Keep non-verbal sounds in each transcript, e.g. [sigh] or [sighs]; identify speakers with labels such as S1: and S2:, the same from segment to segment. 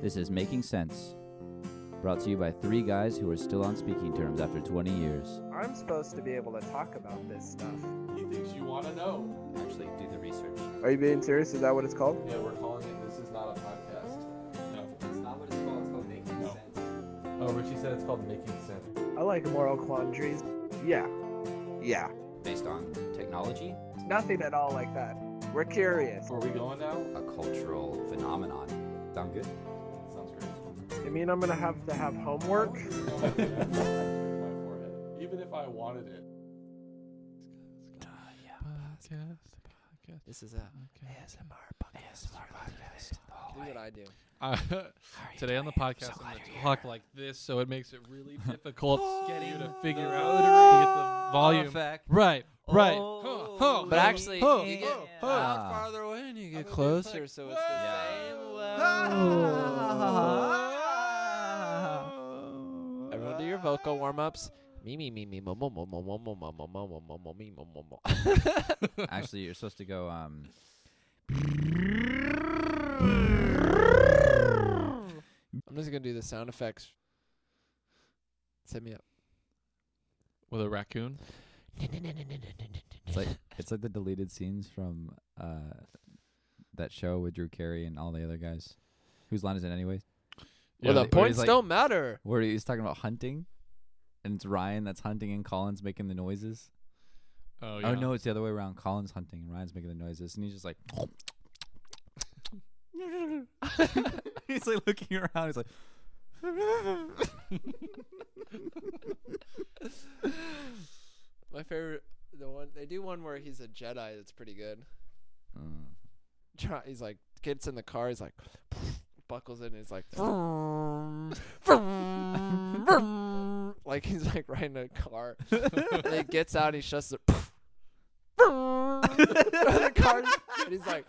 S1: This is Making Sense, brought to you by three guys who are still on speaking terms after 20 years.
S2: I'm supposed to be able to talk about this stuff.
S3: He thinks you want to know.
S1: Actually, do the research.
S2: Are you being serious? Is that what it's called?
S3: Yeah, we're calling it. This is not a podcast. No.
S1: That's not what it's called. It's called Making
S3: No.
S1: Sense.
S3: Oh, Richie said it's called making sense.
S2: I like moral quandaries. Yeah. Yeah.
S1: Based on technology,
S2: Nothing at all like that. We're curious.
S3: Are we going now?
S1: a cultural phenomenon. Sound good?
S3: Sounds [laughs]
S2: You mean I'm gonna have to have homework?
S3: great. My forehead. Even if I wanted it.
S4: podcast. Podcast.
S5: This is a ASMR podcast. Do what I do.
S4: Uh, [laughs] today on the podcast, I'm going to talk like this, so it makes it really difficult for you to figure out to get the volume.
S5: Effect.
S4: Right, right.
S5: Oh.
S4: Huh, huh,
S5: But
S4: huh,
S5: actually,
S4: huh,
S5: you
S4: huh,
S5: get
S4: huh.
S5: out
S1: Ah.
S5: farther away and you
S4: I'm
S5: get
S4: a bit
S5: closer,
S4: like,
S5: so it's the
S4: Yeah.
S5: same
S4: Ah.
S5: level. Everyone do your vocal warm ups. Me me me me mo mo mo mo mo mo mo mo mo mo mo mo me mo mo [laughs] mo.
S1: Actually, you're supposed to go, um,
S5: I'm just gonna do the sound effects. Set me up.
S4: With a raccoon?
S1: it's like, it's like the deleted scenes from uh, that show with Drew Carey and all the other guys. Whose line is it, anyways?
S5: Well,
S1: Yeah,
S5: the
S1: they-
S5: points
S1: like-
S5: don't matter.
S1: Where he's talking about hunting, and it's Ryan that's hunting and Collins making the noises.
S4: Oh,
S1: Oh
S4: yeah.
S1: no, it's the other way around. Colin's hunting and Ryan's making the noises, and he's just like, [laughs] he's like looking around. He's like,
S5: My favorite, the one they do one where he's a Jedi. That's pretty good. [laughs]
S1: "Mm."
S5: Try, he's like gets in the car. He's like [laughs] buckles in.
S1: [laughs]
S5: He's like [laughs] vroom, vroom, vroom. like he's like riding
S1: [laughs]
S5: a car. and he gets out. And he shuts the. [laughs] vroom. the car, and he's like,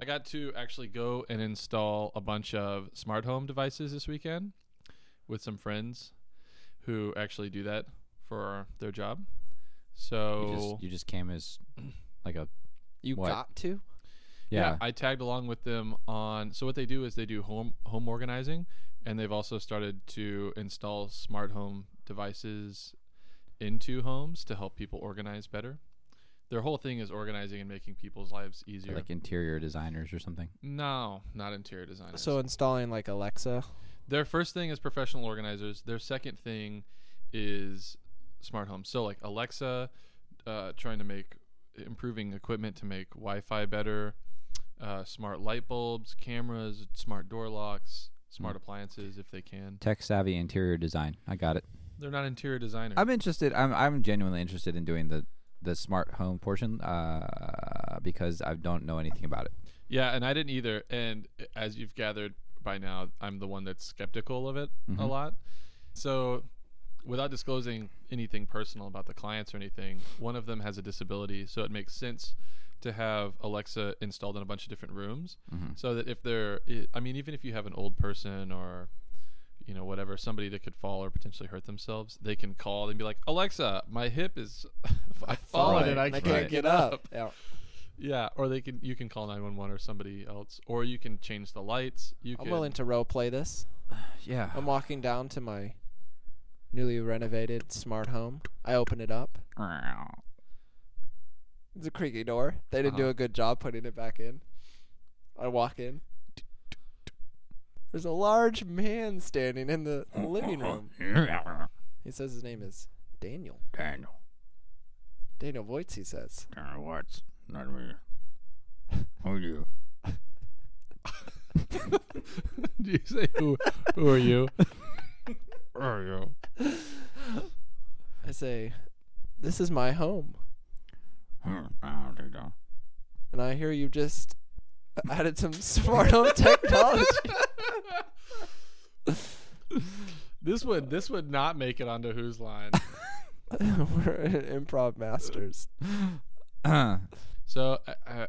S4: I got to actually go and install a bunch of smart home devices this weekend with some friends who actually do that for their job. So
S1: you,
S4: Oh.
S1: just, you just came as like a
S5: "You
S1: What?
S5: got to."
S1: yeah.
S4: I tagged along with them on. So what they do is they do home home organizing, and they've also started to install smart home devices into homes to help people organize better. Their whole thing is organizing and making people's lives
S1: they're
S4: easier.
S1: like interior designers or something.
S4: no, not interior designers.
S5: So installing like Alexa.
S4: Their first thing is professional organizers. Their second thing is smart homes. So like Alexa, uh, trying to make improving equipment to make Wi-Fi better, uh, smart light bulbs, cameras, smart door locks, smart appliances if they can.
S1: Tech savvy interior design. I got it.
S4: They're not interior designers.
S1: I'm interested. I'm I'm genuinely interested in doing the the smart home portion uh, because I don't know anything about it.
S4: yeah, and I didn't either. And uh, as you've gathered by now, I'm the one that's skeptical of it a lot. So, without disclosing anything personal about the clients or anything, one of them has a disability, so it makes sense to have Alexa installed in a bunch of different rooms, so that if they're, i- I mean, even if you have an old person or you know whatever somebody that could fall or potentially hurt themselves they can call and be like alexa my hip is [laughs] i've fallen and i
S5: I
S4: can't,
S5: can't get up. Yeah.
S4: yeah or they can you can call 911 or somebody else or you can change the lights you
S5: I'm
S4: can
S5: willing to role play this.
S1: Yeah.
S6: Um,
S5: [laughs] I'm walking down to my newly renovated smart home. I open it up. It's a creaky door. They didn't do a good job putting it back in. I walk in. There's a large man standing in the living room. He says his name is Daniel.
S6: Daniel,
S5: Daniel Voigt, he says.
S6: Daniel Watts, not me. Who are you?
S4: [laughs] do you say who, who are
S5: [laughs]
S4: you
S6: Who are you?
S5: I say, This is my home.
S6: Hmm, I don't think so.
S5: And I hear you just added some [laughs] smart home technology. [laughs]
S4: this would this would not make it onto whose line
S1: Uh-huh.
S5: We're improv masters.
S4: so I, I,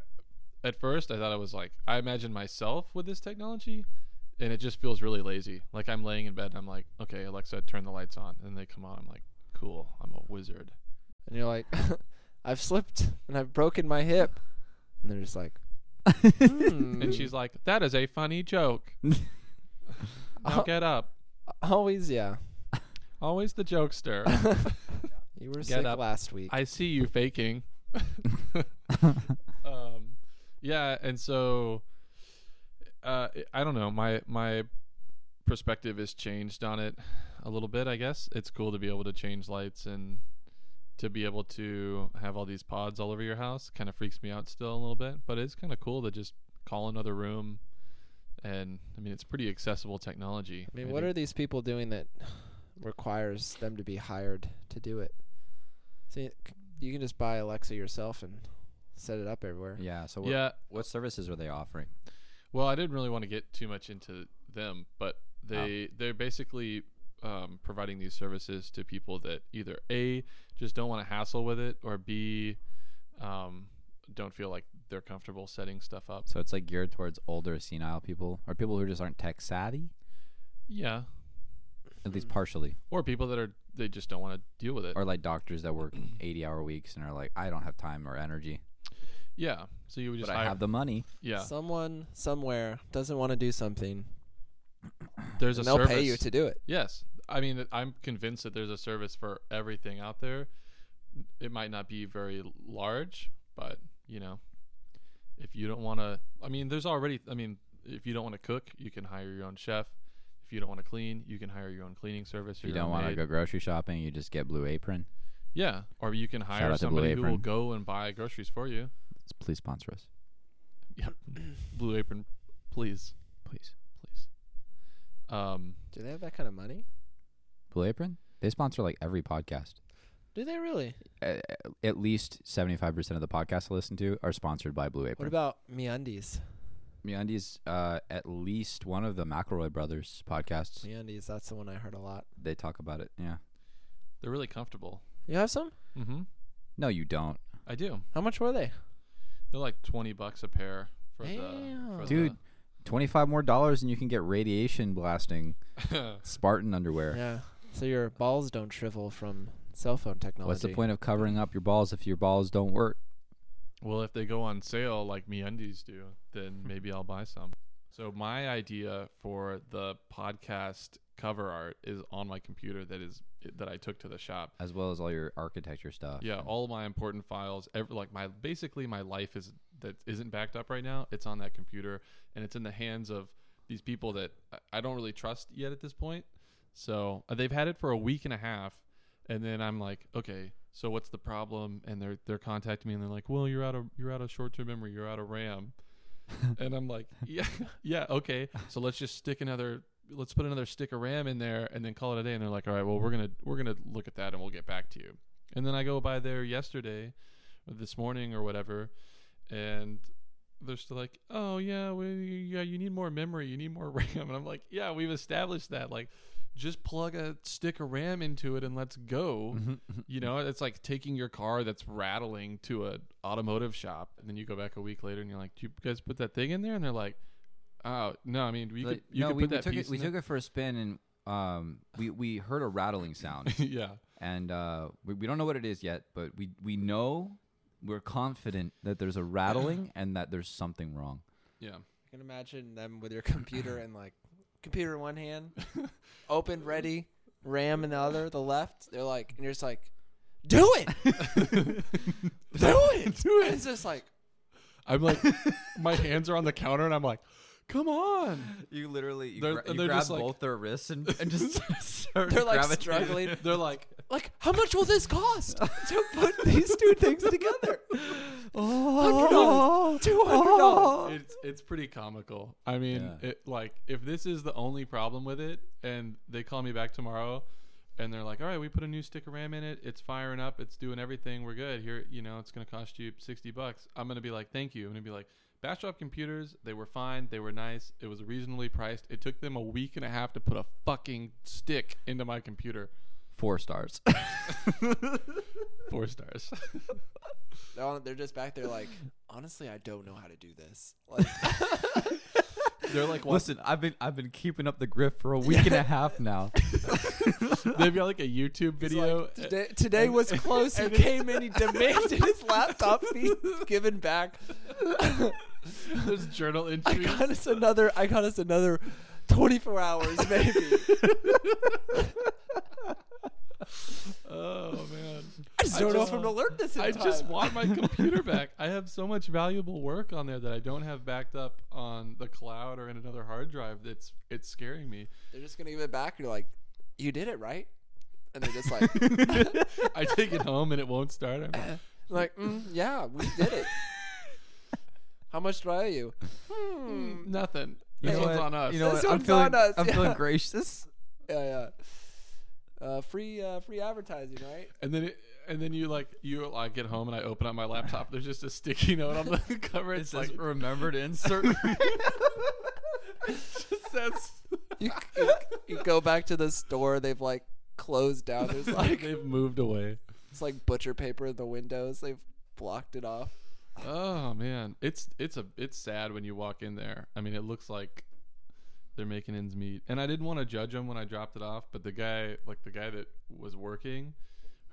S4: at first I thought I was like I imagined myself with this technology and it just feels really lazy. Like I'm laying in bed and I'm like, okay, Alexa, turn the lights on and they come on. I'm like, cool, I'm a wizard.
S5: and you're like, [laughs] I've slipped and I've broken my hip, and they're just like,
S4: [laughs]
S5: hmm,
S4: And she's like, that is a funny
S5: [laughs]
S4: joke. now
S5: Oh.
S4: get up. [laughs]
S5: always yeah.
S4: Always the jokester.
S5: [laughs] You were
S4: Get
S5: sick
S4: up.
S5: last week.
S4: I see you faking. um, yeah, and so uh, I don't know. My my perspective has changed on it a little bit. I guess it's cool to be able to change lights and to be able to have all these pods all over your house. Kind of freaks me out still a little bit, but it's kind of cool to just call another room. And I mean, it's pretty accessible technology.
S5: I mean, what are these people doing that [sighs] requires them to be hired to do it? See, c- you can just buy Alexa yourself and set it up everywhere.
S1: Yeah. So what,
S4: yeah?
S1: what services are they offering?
S4: Well, I didn't really want to get too much into them, but
S1: Oh.
S4: they they're basically um, providing these services to people that either a just don't want to hassle with it, or b um, don't feel like they're comfortable setting stuff up.
S1: So it's like geared towards older senile people or people who just aren't tech savvy,
S4: Yeah,
S1: at least partially,
S4: or people that are they just don't want to deal with it.
S1: or like doctors that work 80 hour weeks and are like, I don't have time or energy,
S4: yeah, so you would just
S1: but I
S4: hire.
S1: have the money.
S4: yeah,
S5: Someone somewhere doesn't want to do something,
S4: there's a
S5: and they'll
S4: service.
S5: pay you to do it.
S4: Yes. I mean, I'm convinced that there's a service for everything out there. It might not be very large, but, you know, if you don't want to, I mean, there's already, I mean, if you don't want to cook, you can hire your own chef. If you don't want to clean, you can hire your own cleaning service.
S1: If you don't want to go grocery shopping, you just get Blue Apron.
S4: Yeah. Or you can
S1: out
S4: hire
S1: to
S4: somebody
S1: Blue
S4: who will
S1: Apron.
S4: go and buy groceries for you.
S1: S- Please sponsor us,
S4: Yep. Blue Apron, please.
S1: please.
S4: Please. Um,
S5: Do they have that kind of money?
S1: Blue Apron? They sponsor like every podcast.
S5: Do they really?
S1: A- At least 75% of the podcasts I listen to are sponsored by Blue
S5: What
S1: Apron.
S5: about MeUndies?
S1: MeUndies, uh, at least one of the McElroy Brothers podcasts,
S5: MeUndies, that's the one I heard a lot.
S1: they talk about it. Yeah.
S4: they're really comfortable.
S5: You have some?
S4: Mm hmm.
S1: No, you don't.
S4: I do.
S5: How much were they?
S4: They're like twenty bucks a pair for the for
S5: Damn.
S1: Dude, 25 more dollars and you can get radiation blasting
S4: the-
S1: Spartan underwear.
S5: Yeah. So your balls don't shrivel from cell phone technology.
S1: What's the point of covering up your balls if your balls don't work?
S4: well, if they go on sale like MeUndies do, then maybe I'll buy some. So my idea for the podcast cover art is on my computer that is that I took to the shop.
S1: As well as all your architecture stuff.
S4: Yeah, all my important files, every, like my basically my life is that isn't backed up right now. It's on that computer, and it's in the hands of these people that I- I don't really trust yet at this point. So uh, they've had it for a week and a half, and then I'm like, okay, so what's the problem? And they're they're contacting me, and they're like, well, you're out of you're out of short term memory, you're out of RAM, and I'm like, yeah, [laughs] yeah, okay. So let's just stick another. Let's put another stick of RAM in there and then call it a day. And they're like, "All right, well, we're gonna we're gonna look at that and we'll get back to you." And then I go by there yesterday, or this morning or whatever, and they're still like, "Oh yeah, we, yeah, you need more memory, you need more [laughs] RAM." And I'm like, "Yeah, we've established that. Like, just plug a stick of RAM into it and let's go."
S1: Mm-hmm,
S4: you know, it's like taking your car that's rattling to an automotive shop, and then you go back a week later and you're like, "Do you guys put that thing in there?" And they're like, "Oh no, I mean, you
S1: Like,
S4: could you
S1: no,
S4: could
S1: we,
S4: put
S1: we
S4: that
S1: took
S4: piece."
S1: it. We
S4: in there."
S1: took it for a spin, and um, we we heard a rattling
S4: [laughs]
S1: sound,
S4: yeah,
S1: and uh, we, we don't know what it is yet, but we we know we're confident that there's a
S4: [laughs]
S1: rattling and that there's something wrong. [laughs]
S4: yeah.
S5: I can imagine them with your computer and like computer in
S1: [laughs]
S5: one hand, open ready, RAM in the other, the left. They're like, and you're just like, do it, do
S1: [laughs]
S5: it, do it. It's just like,
S4: I'm like, my hands are on the counter, and I'm like, "Come on!"
S1: You literally you,
S4: They're- gra- you they're just grab like- both
S1: their wrists and, and [laughs]
S4: [laughs]
S1: just start
S5: they're like struggling.
S4: They're [laughs] like,
S5: Like, how much will this cost to put these two
S1: [laughs]
S5: things together? $100, $200.
S4: it's it's pretty comical. I mean,
S1: Yeah.
S4: it, like if this is the only problem with it, and they call me back tomorrow, and they're like, "All right, we put a new stick of RAM in it. It's firing up. It's doing everything. We're good. Here, you know, it's gonna cost you sixty bucks." I'm gonna be like, "Thank you." I'm gonna be like. Bastrop computers, they were fine, they were nice, it was reasonably priced. It took them a week and a half to put a fucking stick into my computer.
S1: four stars. [laughs]
S4: Four stars.
S5: They're, on, they're just back there like, honestly, I don't know how to do this.
S4: [laughs]
S5: Like,
S4: They're like, what?
S1: Listen, I've been I've been keeping up the grip for a week and a half now.
S4: They've got like a YouTube video.
S5: like, today, today was close. He came in, he demanded his laptop
S4: [laughs]
S5: be given back.
S4: [laughs] There's journal
S5: I
S4: entries.
S5: got us another. I got us another twenty
S4: [laughs]
S5: four hours, maybe.
S4: Oh man.
S5: I just
S4: I
S5: don't know if
S4: just-
S5: I'm gonna learn this. In
S4: I just
S5: time.
S4: want my
S1: [laughs]
S4: computer back. I have so much valuable work on there that I don't have backed up on the cloud or in another hard drive. That's it's scaring me.
S5: They're just gonna give it back. And you're like, you did it right, and they're
S4: [laughs]
S5: just like,
S4: I take it home and it won't start. I'm
S1: [laughs]
S4: like,
S5: like, mm, yeah, we did it. How much do I owe you? Hmm.
S4: nothing.
S1: You
S4: This
S1: know
S4: one's
S1: what?
S4: on us.
S1: You know
S5: This
S1: what? I'm
S5: one's
S1: feeling
S5: on us,
S1: I'm feeling
S5: yeah.
S1: gracious.
S5: Yeah, yeah. Uh, free, uh, free advertising, right?
S4: and then it, and then you like you I get home and I open up my laptop. There's just a sticky note on the [laughs] cover. It's like
S1: remember to
S4: [laughs]
S1: insert.
S4: just says
S5: You, you, you go back to the store. They've like closed down.
S4: [laughs]
S5: There's like
S4: they've moved away.
S5: it's like butcher paper in the windows. They've blocked it off.
S4: Oh man, it's it's a it's sad when you walk in there. I mean, it looks like they're making ends meet. And I didn't want to judge him when I dropped it off, but the guy, like the guy that was working,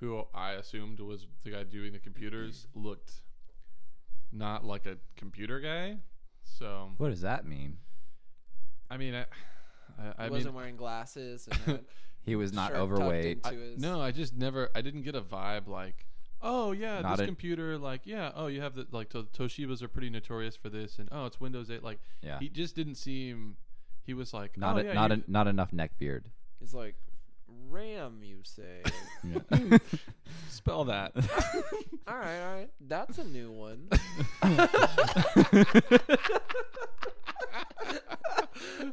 S4: who I assumed was the guy doing the computers, looked not like a computer guy. So
S1: what does that mean?
S4: I mean, I I, I
S5: he
S4: mean,
S5: wasn't wearing glasses.
S4: [laughs]
S5: And had
S1: He was not
S5: shirt tucked
S1: overweight.
S5: into his-
S4: no, I just never I didn't get a vibe like. Oh yeah,
S1: Not
S4: this
S1: a-
S4: computer, like yeah. Oh, you have the like to- Toshibas are pretty notorious for this, and oh, it's Windows 8. Like
S1: Yeah,
S4: He just didn't seem. He was like
S1: not
S4: oh,
S1: a,
S4: yeah,
S1: not
S4: you-
S1: a, [laughs]
S4: [laughs]
S1: not enough neck beard.
S5: He's like, Ram, you
S4: [laughs]
S5: say?
S1: [laughs]
S4: spell that.
S5: all right, all right. That's a new
S4: [laughs]
S5: one. [laughs]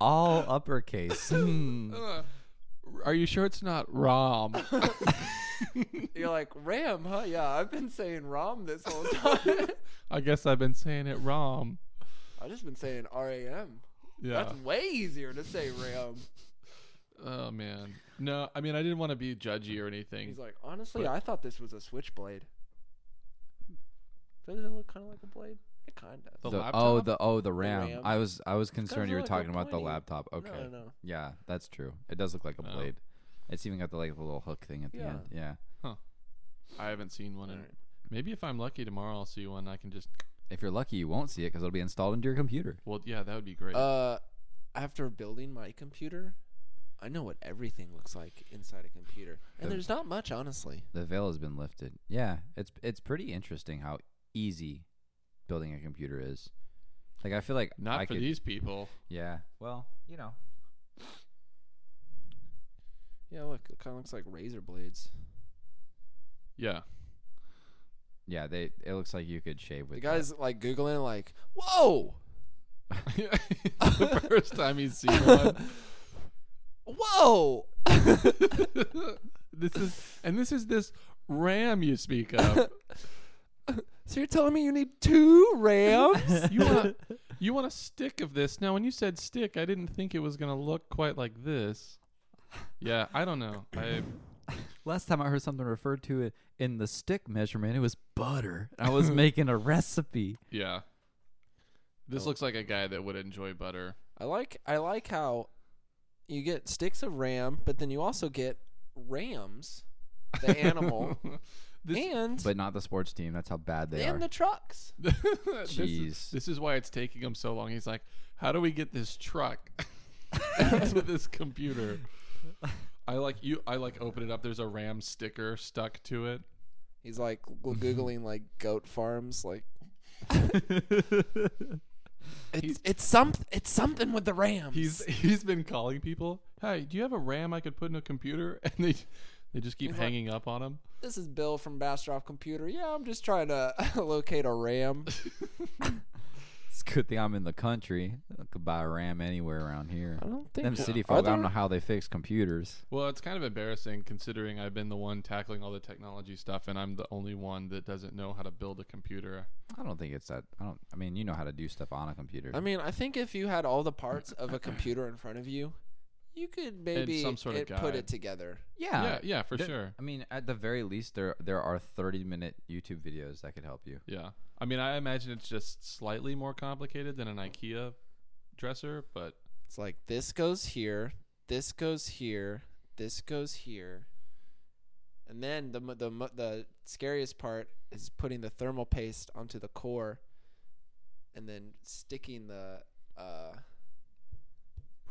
S1: All
S4: [laughs]
S1: uppercase. Hmm.
S4: Uh, Are you sure it's not Rom?
S5: [laughs] You're like, Ram, huh? Yeah, I've been saying Rom this whole time. [laughs]
S4: I guess I've been saying it Rom.
S5: I've just been saying RAM.
S4: Yeah.
S5: That's way easier to say Ram.
S4: Oh man. No, I mean I didn't want to be judgy or anything.
S5: He's like, honestly, I thought this was a switchblade. Doesn't it look kind of like a blade? It kind of.
S4: The
S1: The-
S4: laptop.
S1: oh, the oh the RAM.
S5: RAM.
S1: I was I was
S5: kinda
S1: concerned you were
S5: like a
S1: talking about the
S5: pointy-
S1: laptop. Okay.
S5: No, no.
S1: Yeah, that's true. It does look like a
S4: Oh.
S1: blade. It's even got the like the little hook thing at the
S5: Yeah.
S1: end. Yeah.
S4: I haven't seen one. In,
S5: Alright.
S4: maybe if I'm lucky tomorrow, I'll see one. I can just.
S1: If you're lucky, you won't see it because it'll be installed into your computer.
S4: Well, yeah, that would be great.
S5: Uh, after building my computer, I know what everything looks like inside a computer, and
S1: The-
S5: there's not much, honestly.
S1: The veil has been lifted. Yeah, it's it's pretty interesting how easy building a computer is. Like I feel like
S4: not
S1: I
S4: for
S1: could,
S4: these people.
S1: Yeah. Well, you know.
S5: Yeah, look, it kind of looks like razor blades.
S4: Yeah.
S1: Yeah, they it looks like you could shave with
S5: The
S1: that.
S5: guy's like googling, like, "Whoa,
S4: [laughs] the first time he's seen one. [laughs]
S5: whoa!" [laughs]
S4: this is and this is this RAM you speak of.
S5: So you're telling me you need two [laughs] rams?
S4: You want you want a stick of this. Now, when you said stick, I didn't think it was gonna look quite like this. Yeah, I don't know. I
S1: Last time I heard something referred to it in the stick measurement, it was butter. [laughs] I was making a recipe.
S4: yeah. This looks like a guy that would enjoy butter.
S5: I like, I like how you get sticks of ram, but then you also get rams, the animal,
S4: [laughs] This-
S5: and
S1: But not the sports team. That's how bad they
S5: and
S1: are.
S5: the trucks.
S4: this, is,
S1: Jeez.
S4: this is why it's taking him so long. He's like, "How do we get this truck [laughs] to this computer?" I like you. I like open it up. There's a RAM sticker stuck to it.
S5: He's like
S4: [laughs]
S5: gl- googling like goat farms, like it's it's some it's something with the rams.
S1: [laughs]
S4: He's he's been calling people. Hey, do you have a RAM I could put in a computer? [laughs] And they they just keep
S5: He's like-
S4: hanging up on him.
S5: this is Bill from Bastrop Computer. Yeah, I'm just trying to [laughs] locate
S4: [laughs]
S5: a ram.
S1: It's a good thing I'm in the country. I could buy a RAM anywhere around here.
S5: I don't think
S1: Them city
S5: Are
S1: folk, I don't
S5: there-
S1: know how they fix computers.
S4: Well, it's kind of embarrassing considering I've been the one tackling all the technology stuff, and I'm the only one that doesn't know how to build a computer.
S1: I don't think it's that. I don't. I mean, you know how to do stuff on a computer.
S5: I mean, I think if you had all the parts of a computer in front of you, you could maybe
S4: some sort of
S5: it- put
S4: guide.
S5: it together.
S1: Yeah.
S4: yeah, yeah, for
S1: There-
S4: sure.
S1: I mean, at the very least, there there are thirty minute YouTube videos that could help you.
S4: Yeah. I mean, I imagine it's just slightly more complicated than an IKEA dresser, but
S5: It's like this goes here, this goes here, this goes here, and then the mo- the mo- the scariest part is putting the thermal paste onto the core, and then sticking the uh,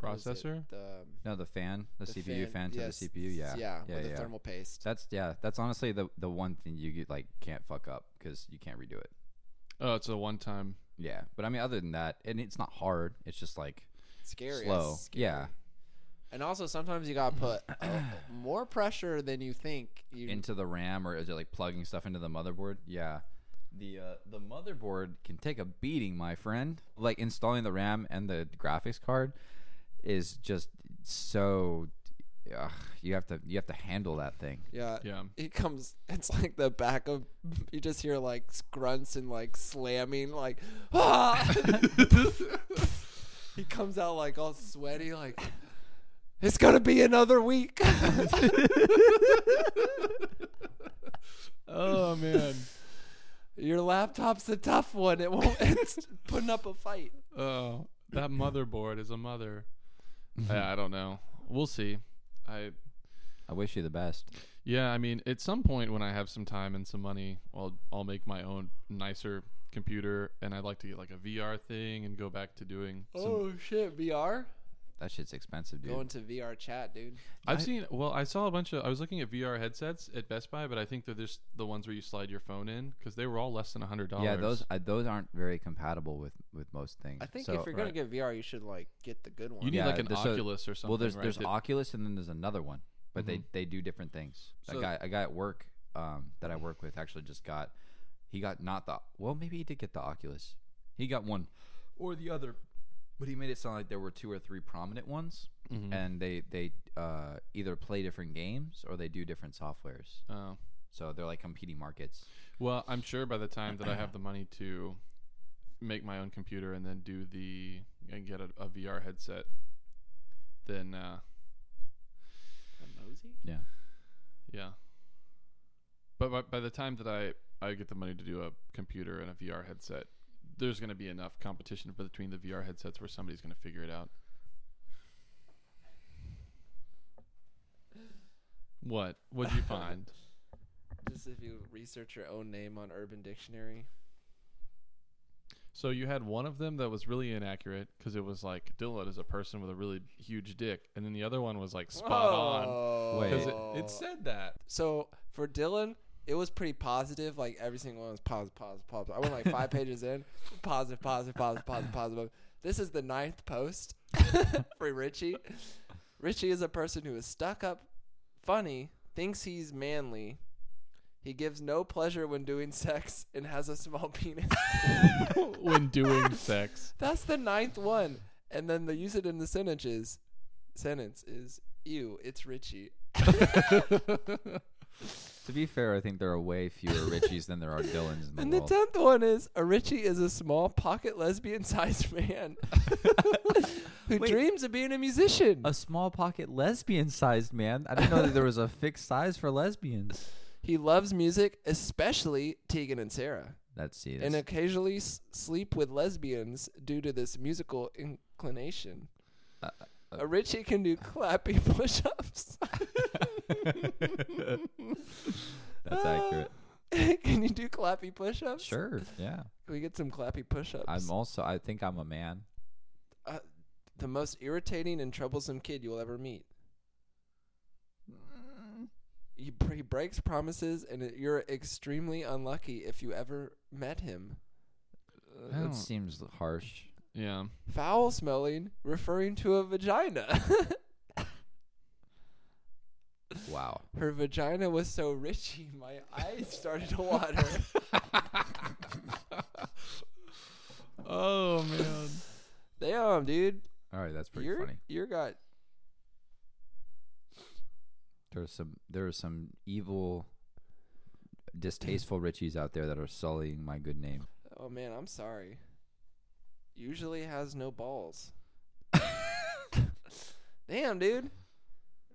S5: what is it?
S4: processor.
S5: the
S1: No, the fan, the,
S5: the
S1: CPU fan, to
S5: yes,
S1: the CPU. Yeah.
S5: yeah,
S1: Yeah.
S5: with
S1: yeah.
S5: the thermal paste.
S1: That's yeah. That's honestly the the one thing you get, like can't fuck up because you can't redo it.
S4: Oh, it's a one time.
S1: Yeah. But I mean, other than that, and it's not hard. It's just like
S5: scary.
S1: slow.
S5: It's scary.
S1: Yeah.
S5: and also sometimes you
S1: [clears throat]
S5: gotta put uh, more pressure than you think. You
S1: into the RAM or is it like plugging stuff into the motherboard? Yeah. The uh, the motherboard can take a beating, my friend. Like installing the RAM and the graphics card is just so ugh, you have to you have to handle that thing.
S5: yeah,
S4: Yeah.
S5: he comes it's like the back of you just hear like grunts and like slamming like ah! [laughs] he comes out like all sweaty like it's gonna be another week [laughs]
S4: Oh man.
S5: your laptop's a tough one it won't it's putting up a fight
S4: [laughs] oh, that motherboard is a mother. I, I don't know. We'll see. I
S1: I wish you the best.
S4: yeah. I mean, at some point when I have some time and some money, I'll I'll make my own nicer computer, and I'd like to get like a VR thing and go back to doing. Some,
S5: oh shit vr
S1: That shit's expensive, dude.
S5: going to vr chat dude
S4: I've seen. Well, I saw a bunch of. I was looking at VR headsets at Best Buy, but I think they're just the ones where you slide your phone in because they were all less than a hundred dollars.
S1: yeah, those uh, those aren't very compatible with with most things.
S5: i think
S1: So-
S5: if you're gonna
S4: right.
S5: get vr you should like get the good one
S4: You need
S1: Yeah,
S4: like an
S1: there's a-
S4: Oculus or something.
S1: well, there's
S4: right?
S1: there's
S4: that-
S1: Oculus and then there's another one, but they they do different things. a
S4: So-
S1: guy a guy at work um, that I work with actually just got he got not the well maybe he did get the Oculus. He got one or the other, but he made it sound like there were two or three prominent ones,
S4: Mhm.
S1: and they they uh, either play different games or they do different softwares.
S4: Oh.
S1: So they're like competing markets.
S4: Well, I'm sure by the time that I have the money to make my own computer and then do the and get a, a VR headset, then uh,
S1: Yeah.
S4: yeah. But by, by the time that I I get the money to do a computer and a VR headset, there's going to be enough competition between the VR headsets where somebody's going to figure it out. What? What'd you find?
S5: just if you research your own name on urban dictionary
S4: So you had one of them that was really inaccurate because it was like Dillard is a person with a really huge dick, and then the other one was like spot on
S1: Wait.
S4: because it,
S5: Whoa.
S4: it said that.
S5: so for Dylan, it was pretty positive. Like every single one was positive, positive, positive. I went like
S4: [laughs]
S5: five pages in, positive, positive, positive, positive, positive. This is the ninth post
S4: [laughs]
S5: for Richie. Richie is a person who is stuck up, funny, thinks he's manly. He gives no pleasure when doing sex and has a small [laughs] penis.
S4: when doing sex.
S5: That's the ninth one. And then they use it in the sentence is, sentence is, ew, it's Richie.
S1: To be fair, I think there are way fewer [laughs] Richies than there are Dylans in the
S5: And the
S1: world.
S5: tenth one is a Richie is a small pocket lesbian sized [laughs] man who
S1: Wait.
S5: dreams of being a musician.
S1: a small pocket lesbian sized man. I didn't know that there was a fixed size for lesbians.
S5: He loves music, especially Tegan and Sarah,
S1: That's see,
S5: and
S1: that's-
S5: occasionally s- sleep with lesbians due to this musical inclination.
S1: Uh, [laughs]
S5: a Richie can do clappy [laughs] push ups.
S1: that's accurate.
S5: [laughs] can you do clappy push ups?
S1: Sure, yeah.
S5: Can we get some clappy push ups?
S1: I'm also. I think I'm a man.
S5: uh, the most irritating and troublesome kid you'll ever meet. He, br- he breaks promises, and it- you're extremely unlucky if you ever met him.
S4: I don't-
S1: That seems harsh.
S4: Yeah.
S5: Foul smelling, referring to a vagina. [laughs]
S1: Wow.
S5: Her vagina was so [laughs] richy, my eyes started to water.
S1: [laughs]
S4: Oh man.
S5: Damn, dude,
S1: All right, that's pretty
S5: you're
S1: funny.
S5: you're got
S1: There's some. There are some evil, distasteful Richies out there that are sullying my good name.
S5: Oh man,
S4: [laughs]
S5: I'm sorry. Usually has no balls. Damn, dude.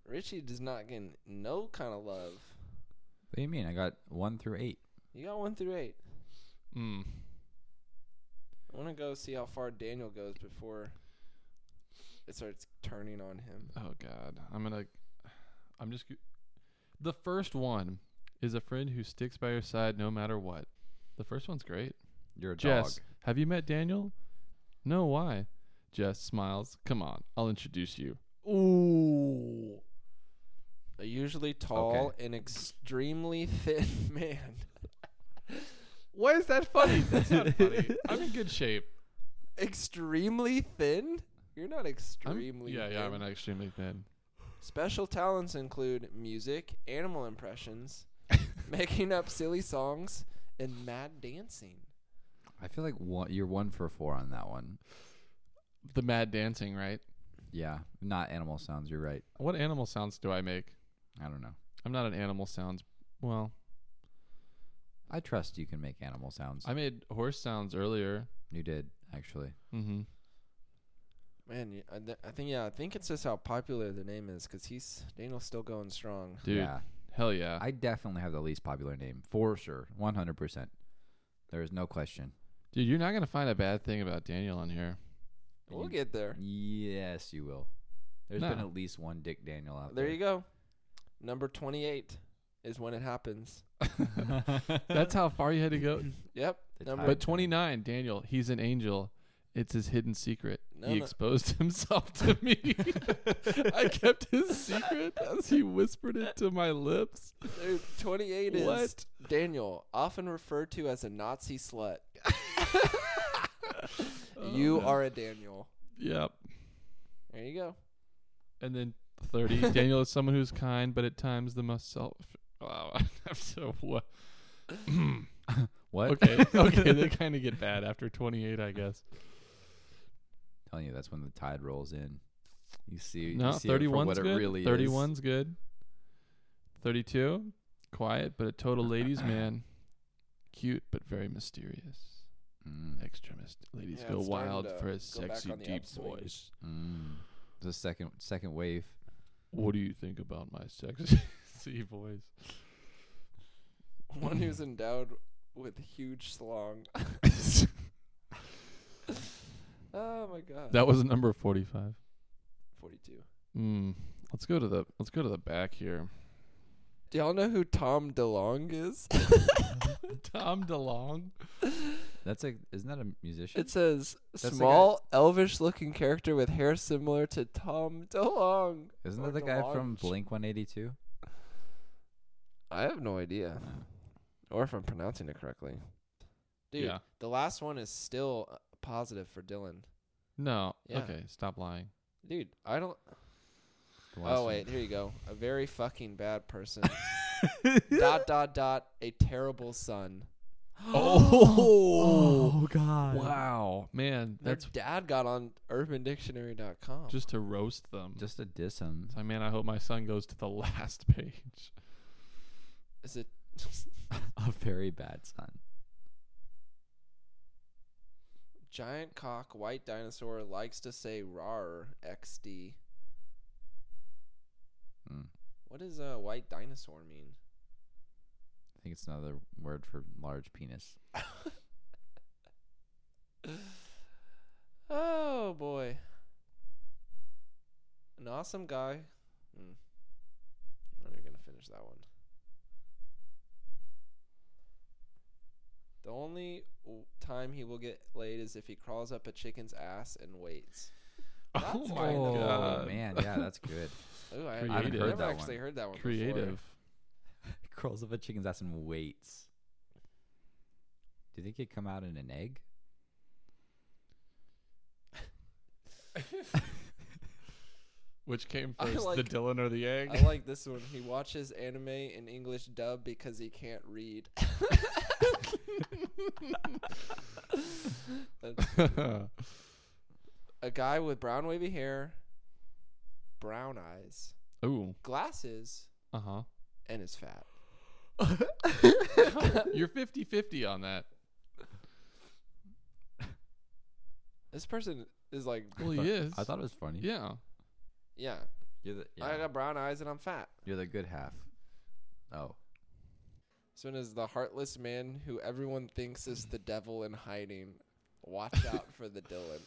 S5: Richie does not get no kind of love.
S1: What do you mean? I got one through eight.
S5: You got one through eight.
S4: Mm.
S5: I want to go see how far Daniel goes before it starts turning on him.
S4: Oh God, I'm gonna. I'm just. g- The first one is a friend who sticks by your side no matter what. The first one's great.
S1: You're a
S4: Jess,
S1: dog.
S4: have you met Daniel? No, why? Jess smiles. Come on, I'll introduce you. Ooh.
S5: A usually tall and extremely thin [laughs] man.
S4: Why is that funny? That's not funny. I'm in good shape.
S5: [laughs] extremely thin? You're not
S4: I'm-
S5: extremely
S4: yeah,
S5: thin.
S4: yeah, I'm an extremely thin.
S5: Special talents include music, animal
S1: [laughs]
S5: impressions, making up silly songs, and mad dancing.
S1: I feel like one, you're one for four on that one.
S4: The mad dancing, right?
S1: Yeah, not animal sounds. You're right.
S4: What animal sounds do I make?
S1: I don't know.
S4: I'm not an animal sounds. Well,
S1: I trust you can make animal sounds.
S4: I made horse sounds earlier.
S1: you did actually.
S4: Mm-hmm.
S5: Man, y- I, th- I think yeah, I think it's just how popular the name is because he's Daniel's still going strong.
S4: Dude,
S1: Yeah,
S4: hell yeah.
S1: I definitely have the least popular name for sure. One hundred percent. There is no question.
S4: Dude, you're not gonna find a bad thing about Daniel on here.
S5: We'll
S1: You-
S5: get there.
S1: Yes, you will. There's been
S4: No.
S1: at least one Dick Daniel out there.
S5: There you go. Number twenty-eight is when it happens.
S4: That's how far you had to
S5: [laughs]
S4: go.
S5: Yep.
S1: The
S5: number
S1: time.
S4: But 29, Daniel, he's an angel. It's his hidden secret.
S5: No,
S4: he
S5: no.
S4: exposed [laughs] himself to me.
S5: [laughs]
S4: I kept his secret as he whispered it to my lips.
S5: dude, twenty-eight is
S4: What?
S5: Daniel, often referred to as a Nazi
S1: [laughs]
S5: slut.
S1: Oh,
S5: you are a Daniel.
S4: Yep.
S5: There you go.
S4: And then 30, Daniel is someone who's kind, but at times the most self. Wow. [laughs] I'm so what?
S1: [laughs] What?
S4: [clears throat] Okay. Okay. They kind of get bad after 28, I guess.
S1: telling you, that's when the tide rolls in. You see,
S4: No,
S1: you see it for
S4: 31's
S1: what
S4: good.
S1: it really is.
S4: 31's good. 32, quiet but a
S1: [clears throat]
S4: total ladies man. Cute but very mysterious.
S1: Mm,
S4: Extra myst- ladies
S5: Yeah,
S4: go
S5: it's starting
S4: wild
S5: to
S4: for
S5: go
S4: a sexy
S5: back on the
S4: deep
S5: upswing.
S4: voice.
S1: mm. The second second wave.
S4: What do you think about my sexy [laughs]
S5: [laughs]
S4: voice?
S5: One [clears throat] who's endowed with huge [laughs] slong. oh my god.
S4: That was number 45.
S5: Forty-two.
S4: Mm. Let's go to the let's go to the back here. [laughs]
S5: Do y'all know who Tom DeLonge [laughs] is?
S4: Tom DeLong.
S1: That's a isn't that a musician?
S5: It says
S1: the guy-
S5: small, elvish-looking character with hair similar to Tom DeLonge.
S1: isn't
S5: or
S1: that the guy from
S5: DeLonge.
S1: Blink One Eighty Two?
S5: I have no idea, or if I'm pronouncing it correctly. Dude,
S4: Yeah.
S5: the last one is still uh, positive for Dylan.
S4: No.
S5: Yeah.
S4: Okay, stop
S5: [gasps]
S4: lying.
S5: Dude, I don't. Oh wait, here you go. A very fucking
S4: [laughs]
S5: bad person. dot dot dot. A terrible son. [gasps]
S4: Oh,
S1: God!
S4: wow. Man,
S5: Their
S4: that's
S5: dad got on UrbanDictionary.com.
S4: just to roast them.
S1: Just to diss him.
S4: So, man, I hope my son goes to the [laughs] last page.
S5: is it?
S1: [laughs]
S5: [laughs]
S1: A very bad son.
S5: Giant cock, white dinosaur likes to say "rar" XD.
S1: Mm.
S5: What does a uh, white dinosaur mean?
S1: I think it's another word for large penis.
S5: Oh boy. An awesome guy. Mm. I'm not even gonna finish that one. The only w- time he will get laid is if he crawls up a chicken's ass and waits.
S4: oh
S5: That's
S4: my
S5: kind of-
S4: Oh,
S5: uh,
S4: god.
S1: Oh, man, yeah, that's
S5: [laughs]
S1: good.
S5: Ooh, I,
S4: Creative.
S5: I've
S4: I've
S5: never
S4: heard that
S5: actually
S1: one.
S5: heard that one. before.
S4: creative.
S1: Curls up a chicken's ass and waits. Do you think it come out in an egg?
S4: Which came
S5: I
S4: first, the
S5: like-
S4: Dylan or the [laughs] egg?
S5: I like this one. He watches anime in English dub because he can't read. [laughs] That's-
S4: [laughs]
S5: a guy with brown wavy hair, brown eyes,
S4: Ooh.
S5: glasses,
S1: [laughs]
S4: Uh huh.
S5: and is fat.
S4: You're 50 50 on that.
S5: This person is like
S4: Well, he is.
S1: I thought it was funny.
S4: Yeah.
S5: Yeah.
S1: You're the yeah.
S5: I got brown eyes and I'm fat.
S1: You're the good half. Oh.
S5: Soon as the heartless man who everyone thinks is the devil in hiding, [laughs] watch out for the Dylan.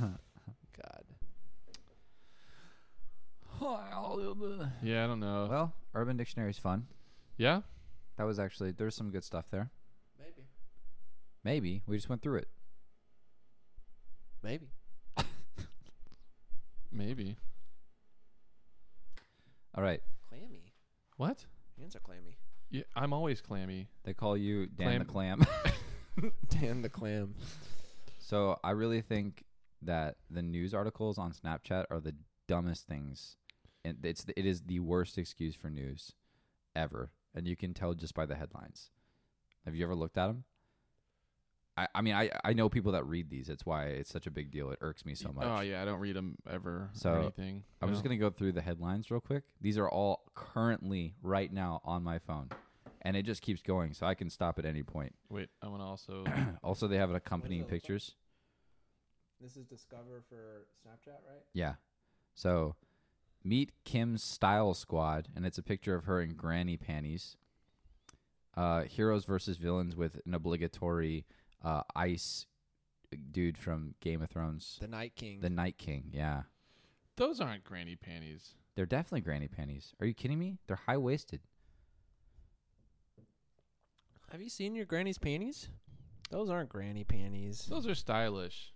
S5: God.
S4: Yeah, I don't know.
S1: Well, Urban Dictionary's fun.
S4: yeah,
S1: That was actually there's some good stuff there.
S5: Maybe.
S1: Maybe we just went through it.
S5: Maybe.
S4: maybe.
S1: All right.
S5: Clammy.
S4: What?
S5: Hands are clammy.
S4: Yeah, I'm always clammy.
S1: They call you Dan the Clam.
S5: Dan the clam.
S1: so I really think that the news articles on Snapchat are the dumbest things, and it's it is the worst excuse for news ever, and you can tell just by the headlines. Have you ever looked at them? I, I mean I, I know people that read these. It's why it's such a big deal. It irks me so much.
S4: Oh yeah, I don't read them ever
S1: So,
S4: or anything.
S1: I'm just
S4: No.
S1: gonna go through the headlines real quick. These are all currently right now on my phone, and it just keeps going, so I can stop at any point.
S4: wait. I want to also. [clears throat]
S1: Also, they have accompanying
S2: What does it look
S1: pictures.
S2: This is Discover for Snapchat, right?
S1: Yeah, so meet Kim's style squad, and it's a picture of her in granny panties. Uh, heroes versus villains with an obligatory uh, ice dude from Game of Thrones,
S5: The Night King.
S1: the Night King. Yeah,
S4: Those aren't granny panties.
S1: they're definitely granny panties. Are you kidding me? They're high waisted.
S5: Have you seen your granny's panties? Those aren't granny panties.
S4: Those are stylish.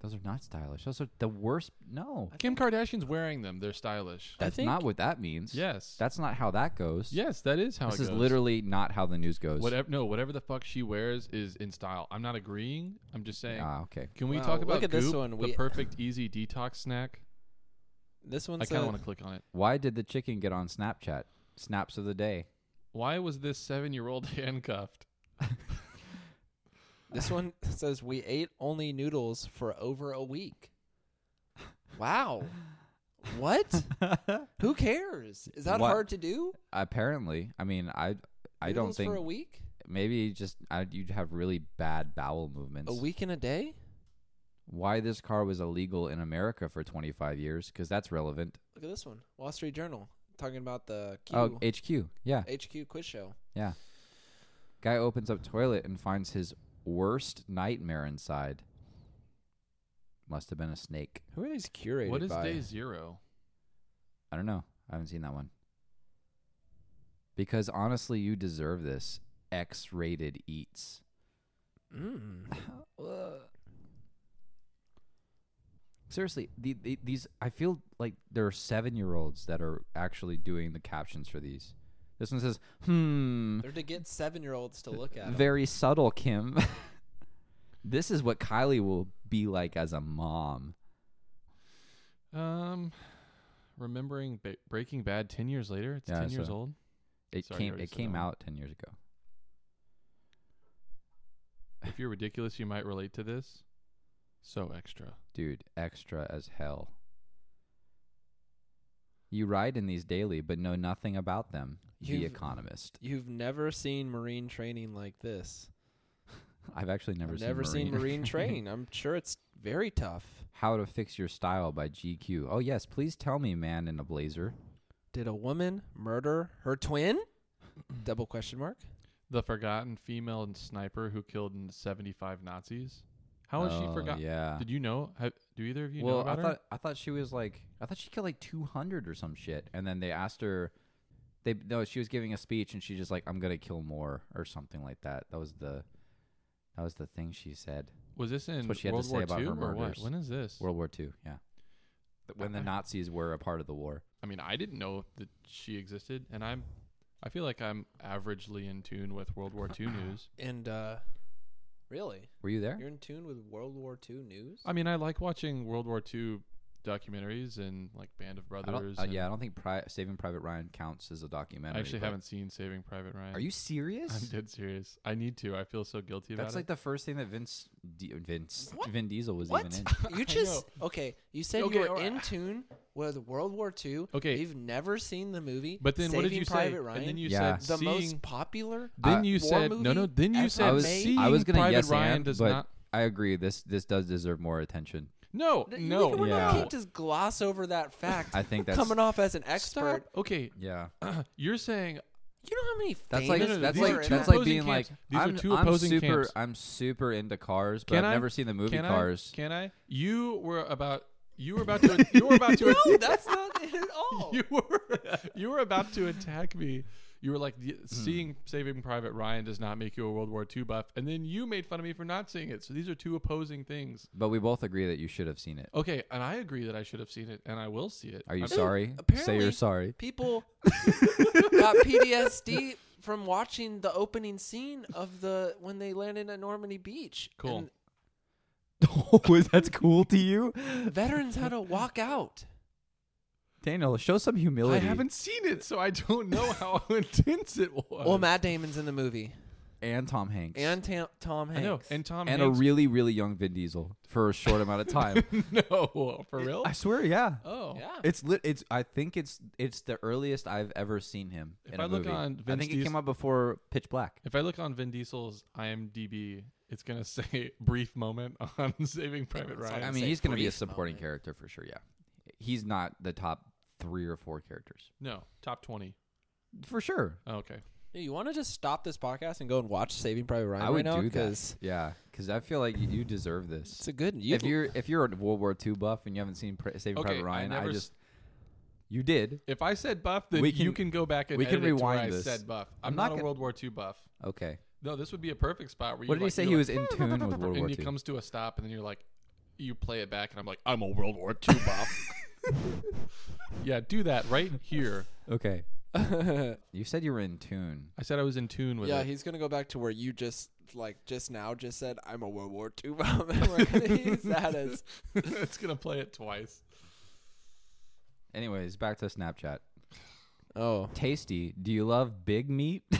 S1: Those are not stylish. Those are the worst. No.
S4: Kim Kardashian's wearing them. They're stylish.
S5: I
S1: That's
S5: think-
S1: not what that means.
S4: Yes.
S1: That's not how that goes.
S4: yes, that is how
S1: This
S4: it
S1: is
S4: goes.
S1: literally not how the news goes.
S4: whatever. No, whatever the fuck she wears is in style. I'm not agreeing. I'm just saying.
S1: Ah, okay.
S4: Can we
S5: Wow,
S4: talk
S5: look
S4: about
S5: at this
S4: Goop,
S5: one.
S4: the
S5: We-
S4: perfect easy detox snack?
S5: This one's
S4: I kind
S5: a-
S4: of want to click on it.
S1: Why did the chicken get on Snapchat? Snaps of the day.
S4: Why was this seven-year-old [laughs] handcuffed?
S5: This one says we ate only noodles for over a week. Wow.
S1: [laughs]
S5: What? Who cares? Is that
S1: What?
S5: hard to do?
S1: Apparently, I mean, I, I don't
S5: Noodles for a
S1: think
S5: week,
S1: maybe just I, you'd have really bad bowel movements.
S5: a week and a day.
S1: Why this car was illegal in America for 25 years? Because that's relevant.
S5: Look at this one, Wall Street Journal, talking about the Q,
S1: Oh, HQ. Yeah,
S5: HQ quiz show.
S1: yeah. Guy opens up toilet and finds his worst nightmare inside. Must have been a snake.
S5: Who are these curated
S4: What is
S5: by?
S4: day zero?
S1: I don't know. I haven't seen that one. Because honestly, you deserve this. X rated eats.
S5: Mm.
S1: [laughs] Seriously, the, the, these, I feel like there are seven year olds that are actually doing the captions for these. This one says, hmm,
S5: They're to get seven-year-olds to look at. 'em.
S1: very subtle, Kim. [laughs] this is what Kylie will be like as a mom.
S4: Um, remembering ba- Breaking Bad ten years later. It's
S1: Yeah,
S4: ten
S1: that's
S4: years
S1: what- [laughs]
S4: old.
S1: It
S4: Sorry, you
S1: came,
S4: already
S1: it
S4: said
S1: came
S4: that one.
S1: out 10 years ago.
S4: If you're ridiculous, you might relate to this. So extra.
S1: dude, extra as hell. You ride in these daily, but know nothing about them. the
S5: You've-
S1: Economist. [laughs]
S5: You've never seen Marine training like this.
S1: I've actually never
S5: I've
S1: seen
S5: never
S1: Marine.
S5: seen Marine training. I'm sure it's very tough.
S1: [laughs] How to Fix Your Style by GQ. Oh yes, please tell me, man in a blazer.
S5: Did a woman murder
S1: [laughs]
S5: her twin? Double question mark.
S4: The forgotten female and sniper who killed n- 75 Nazis. How is she
S1: Oh,
S4: forgotten?
S1: Yeah.
S4: Did you know? Have, do either of you know
S1: well, I
S4: about
S1: thought
S4: her?
S1: I thought she was like I thought she killed like two hundred or some shit, and then they asked her. They no, she was giving a speech, and she just like I'm gonna kill more or something like that. That was the, that was the thing she said.
S4: Was this in
S1: what she had to
S4: World
S1: say
S4: War
S1: about
S4: II
S1: her
S4: or what?
S1: murders.
S4: When is this?
S1: World War Two, yeah. Th- When the [laughs]
S4: I-
S1: Nazis were a part of the war.
S4: I mean, I didn't know that she existed, and I'm, I feel like I'm averagely in tune with World War
S1: [clears throat]
S4: II news.
S5: And uh really,
S1: Were you there?
S5: you're in tune with World War II news?
S4: I mean, I like watching World War II documentaries and like Band of
S1: I
S4: Brothers.
S1: don't, uh,
S4: and
S1: yeah, I don't think pri- Saving Private Ryan counts as a
S4: I
S1: documentary.
S4: actually
S1: but-
S4: haven't seen Saving Private Ryan.
S1: Are you serious?
S4: [laughs] I'm dead serious. I need to. I feel so guilty
S1: That's
S4: about
S1: like the first thing that Vince D- Vince
S5: What?
S1: Vin Diesel was
S5: what?
S1: even
S4: [laughs]
S1: in.
S5: [laughs] you just okay? You said
S4: Okay,
S5: you were
S4: alright.
S5: in tune with World War II.
S4: Okay.
S5: you've never seen the movie.
S4: it. But then
S5: Saving
S4: what did you
S5: Private
S4: say?
S5: Ryan,
S4: And then you
S1: Yeah.
S4: said
S5: the
S4: seeing.
S5: most popular.
S4: then
S1: Uh,
S4: you
S5: war
S4: said no, no.
S5: movie
S4: Then you
S5: ever
S4: said
S1: I was
S5: made?
S4: seeing
S1: I was gonna
S4: Private
S1: yes
S4: Ryan
S1: and,
S4: does
S1: but
S4: not.
S1: I agree. This this does deserve more attention.
S4: No,
S5: Th- you
S4: no.
S5: think we're not-
S1: Yeah.
S5: can't just gloss
S4: [laughs]
S5: over that fact.
S1: I think that's
S5: coming off as an
S4: Stop.
S5: expert.
S4: Okay, [clears throat]
S1: Yeah,
S4: you're saying
S5: You know how many
S1: that's
S5: famous
S1: like
S4: No, no, no,
S1: that's
S4: these are
S1: like
S4: two
S1: that's like
S4: opposing
S1: being
S4: camps.
S1: like
S4: These are
S1: I'm,
S4: two
S1: I'm
S4: opposing
S1: super
S4: camps.
S1: I'm super into cars, but
S4: Can
S1: I've
S4: I?
S1: never seen the movie
S4: can
S1: Cars.
S4: I? Can I? You were about. You were
S1: [laughs]
S4: about to. You were about to.
S5: no, that's not
S4: [laughs]
S5: it at all.
S4: you were. You were about to attack me. You were like,
S1: Hmm.
S4: "Y- seeing Saving Private Ryan does not make you a World War II buff, and then you made fun of me for not seeing it. So these are two opposing things.
S1: But we both agree that you should have seen it.
S4: Okay, and I agree that I should have seen it, and I will see it.
S1: Are you
S4: I'm-
S1: sorry? Say
S5: apparently-
S1: you're sorry.
S4: [laughs]
S5: People got PTSD from watching the opening scene of the when they landed at Normandy Beach.
S4: Cool.
S1: [laughs] Was that cool to you,
S5: And veterans had to walk out.
S1: Daniel? Show some humility.
S4: I haven't seen it, so I don't know how [laughs] intense it was.
S5: Well, Matt Damon's in the movie,
S1: And Tom Hanks.
S5: and Tam- Tom
S4: I
S5: Hanks.
S4: know, and Tom
S1: and a
S4: [laughs] Hanks.
S1: really really young Vin Diesel for a short amount of time.
S4: no, for real?
S1: [laughs] I swear, yeah.
S4: oh,
S5: yeah.
S1: It's lit. It's. I think it's. It's the earliest I've ever seen him
S4: If
S1: in
S4: I
S1: a
S4: look
S1: movie.
S4: on
S1: I
S4: Vince
S1: think it
S4: Diesel-
S1: came out before Pitch Black.
S4: If I look on Vin Diesel's IMDb, it's gonna [laughs] say brief moment on [laughs] Saving Private
S5: It's like-
S4: Ryan.
S1: I
S5: I'd
S1: mean,
S5: say
S1: he's going to be a
S5: brief
S1: supporting
S5: moment.
S1: character for sure. Yeah, he's not the top three or four characters
S4: no, top twenty. Oh,
S1: for sure.
S4: Okay,
S5: Hey, You want to just stop this podcast and go and watch Saving Private Ryan
S1: I
S5: right
S1: would
S5: now?
S1: do that.
S5: Because
S1: Yeah, because I feel like you, you deserve
S5: it's
S1: this.
S5: a good. You,
S1: if
S5: [laughs]
S1: you're if you're a World War II buff and you haven't seen Pri- Saving
S4: okay.
S1: Private Ryan,
S4: I,
S1: I,
S4: never s-
S1: just you did.
S4: If I said buff, then
S1: We
S4: you
S1: can-
S4: can go back and
S1: we can
S4: edit it to where
S1: rewind
S4: I
S1: this.
S4: said buff.
S1: I'm
S4: I'm,
S1: not
S4: not,
S1: gonna-
S4: a World War II buff.
S1: Okay.
S4: No, this would be a perfect spot where you.
S1: What did he
S4: like-
S1: say?
S4: you're
S1: He
S4: like,
S1: was in tune with World War
S4: And
S1: II.
S4: he comes to a stop, and then you're like, you play it back, and I'm like, I'm a World War II
S1: [laughs]
S4: buff. yeah, do that right here.
S1: okay.
S5: you're,
S1: You said you were in tune.
S4: I said I was in tune with
S5: yeah,
S4: it.
S5: he's gonna go back to where you just like just now just said I'm a World War II bomb, [laughs]
S4: [laughs]
S5: and
S1: [laughs]
S5: we're gonna use that as
S4: it's gonna play it twice.
S1: Anyways, back to Snapchat.
S5: oh
S1: Tasty, do you love big meat? [laughs]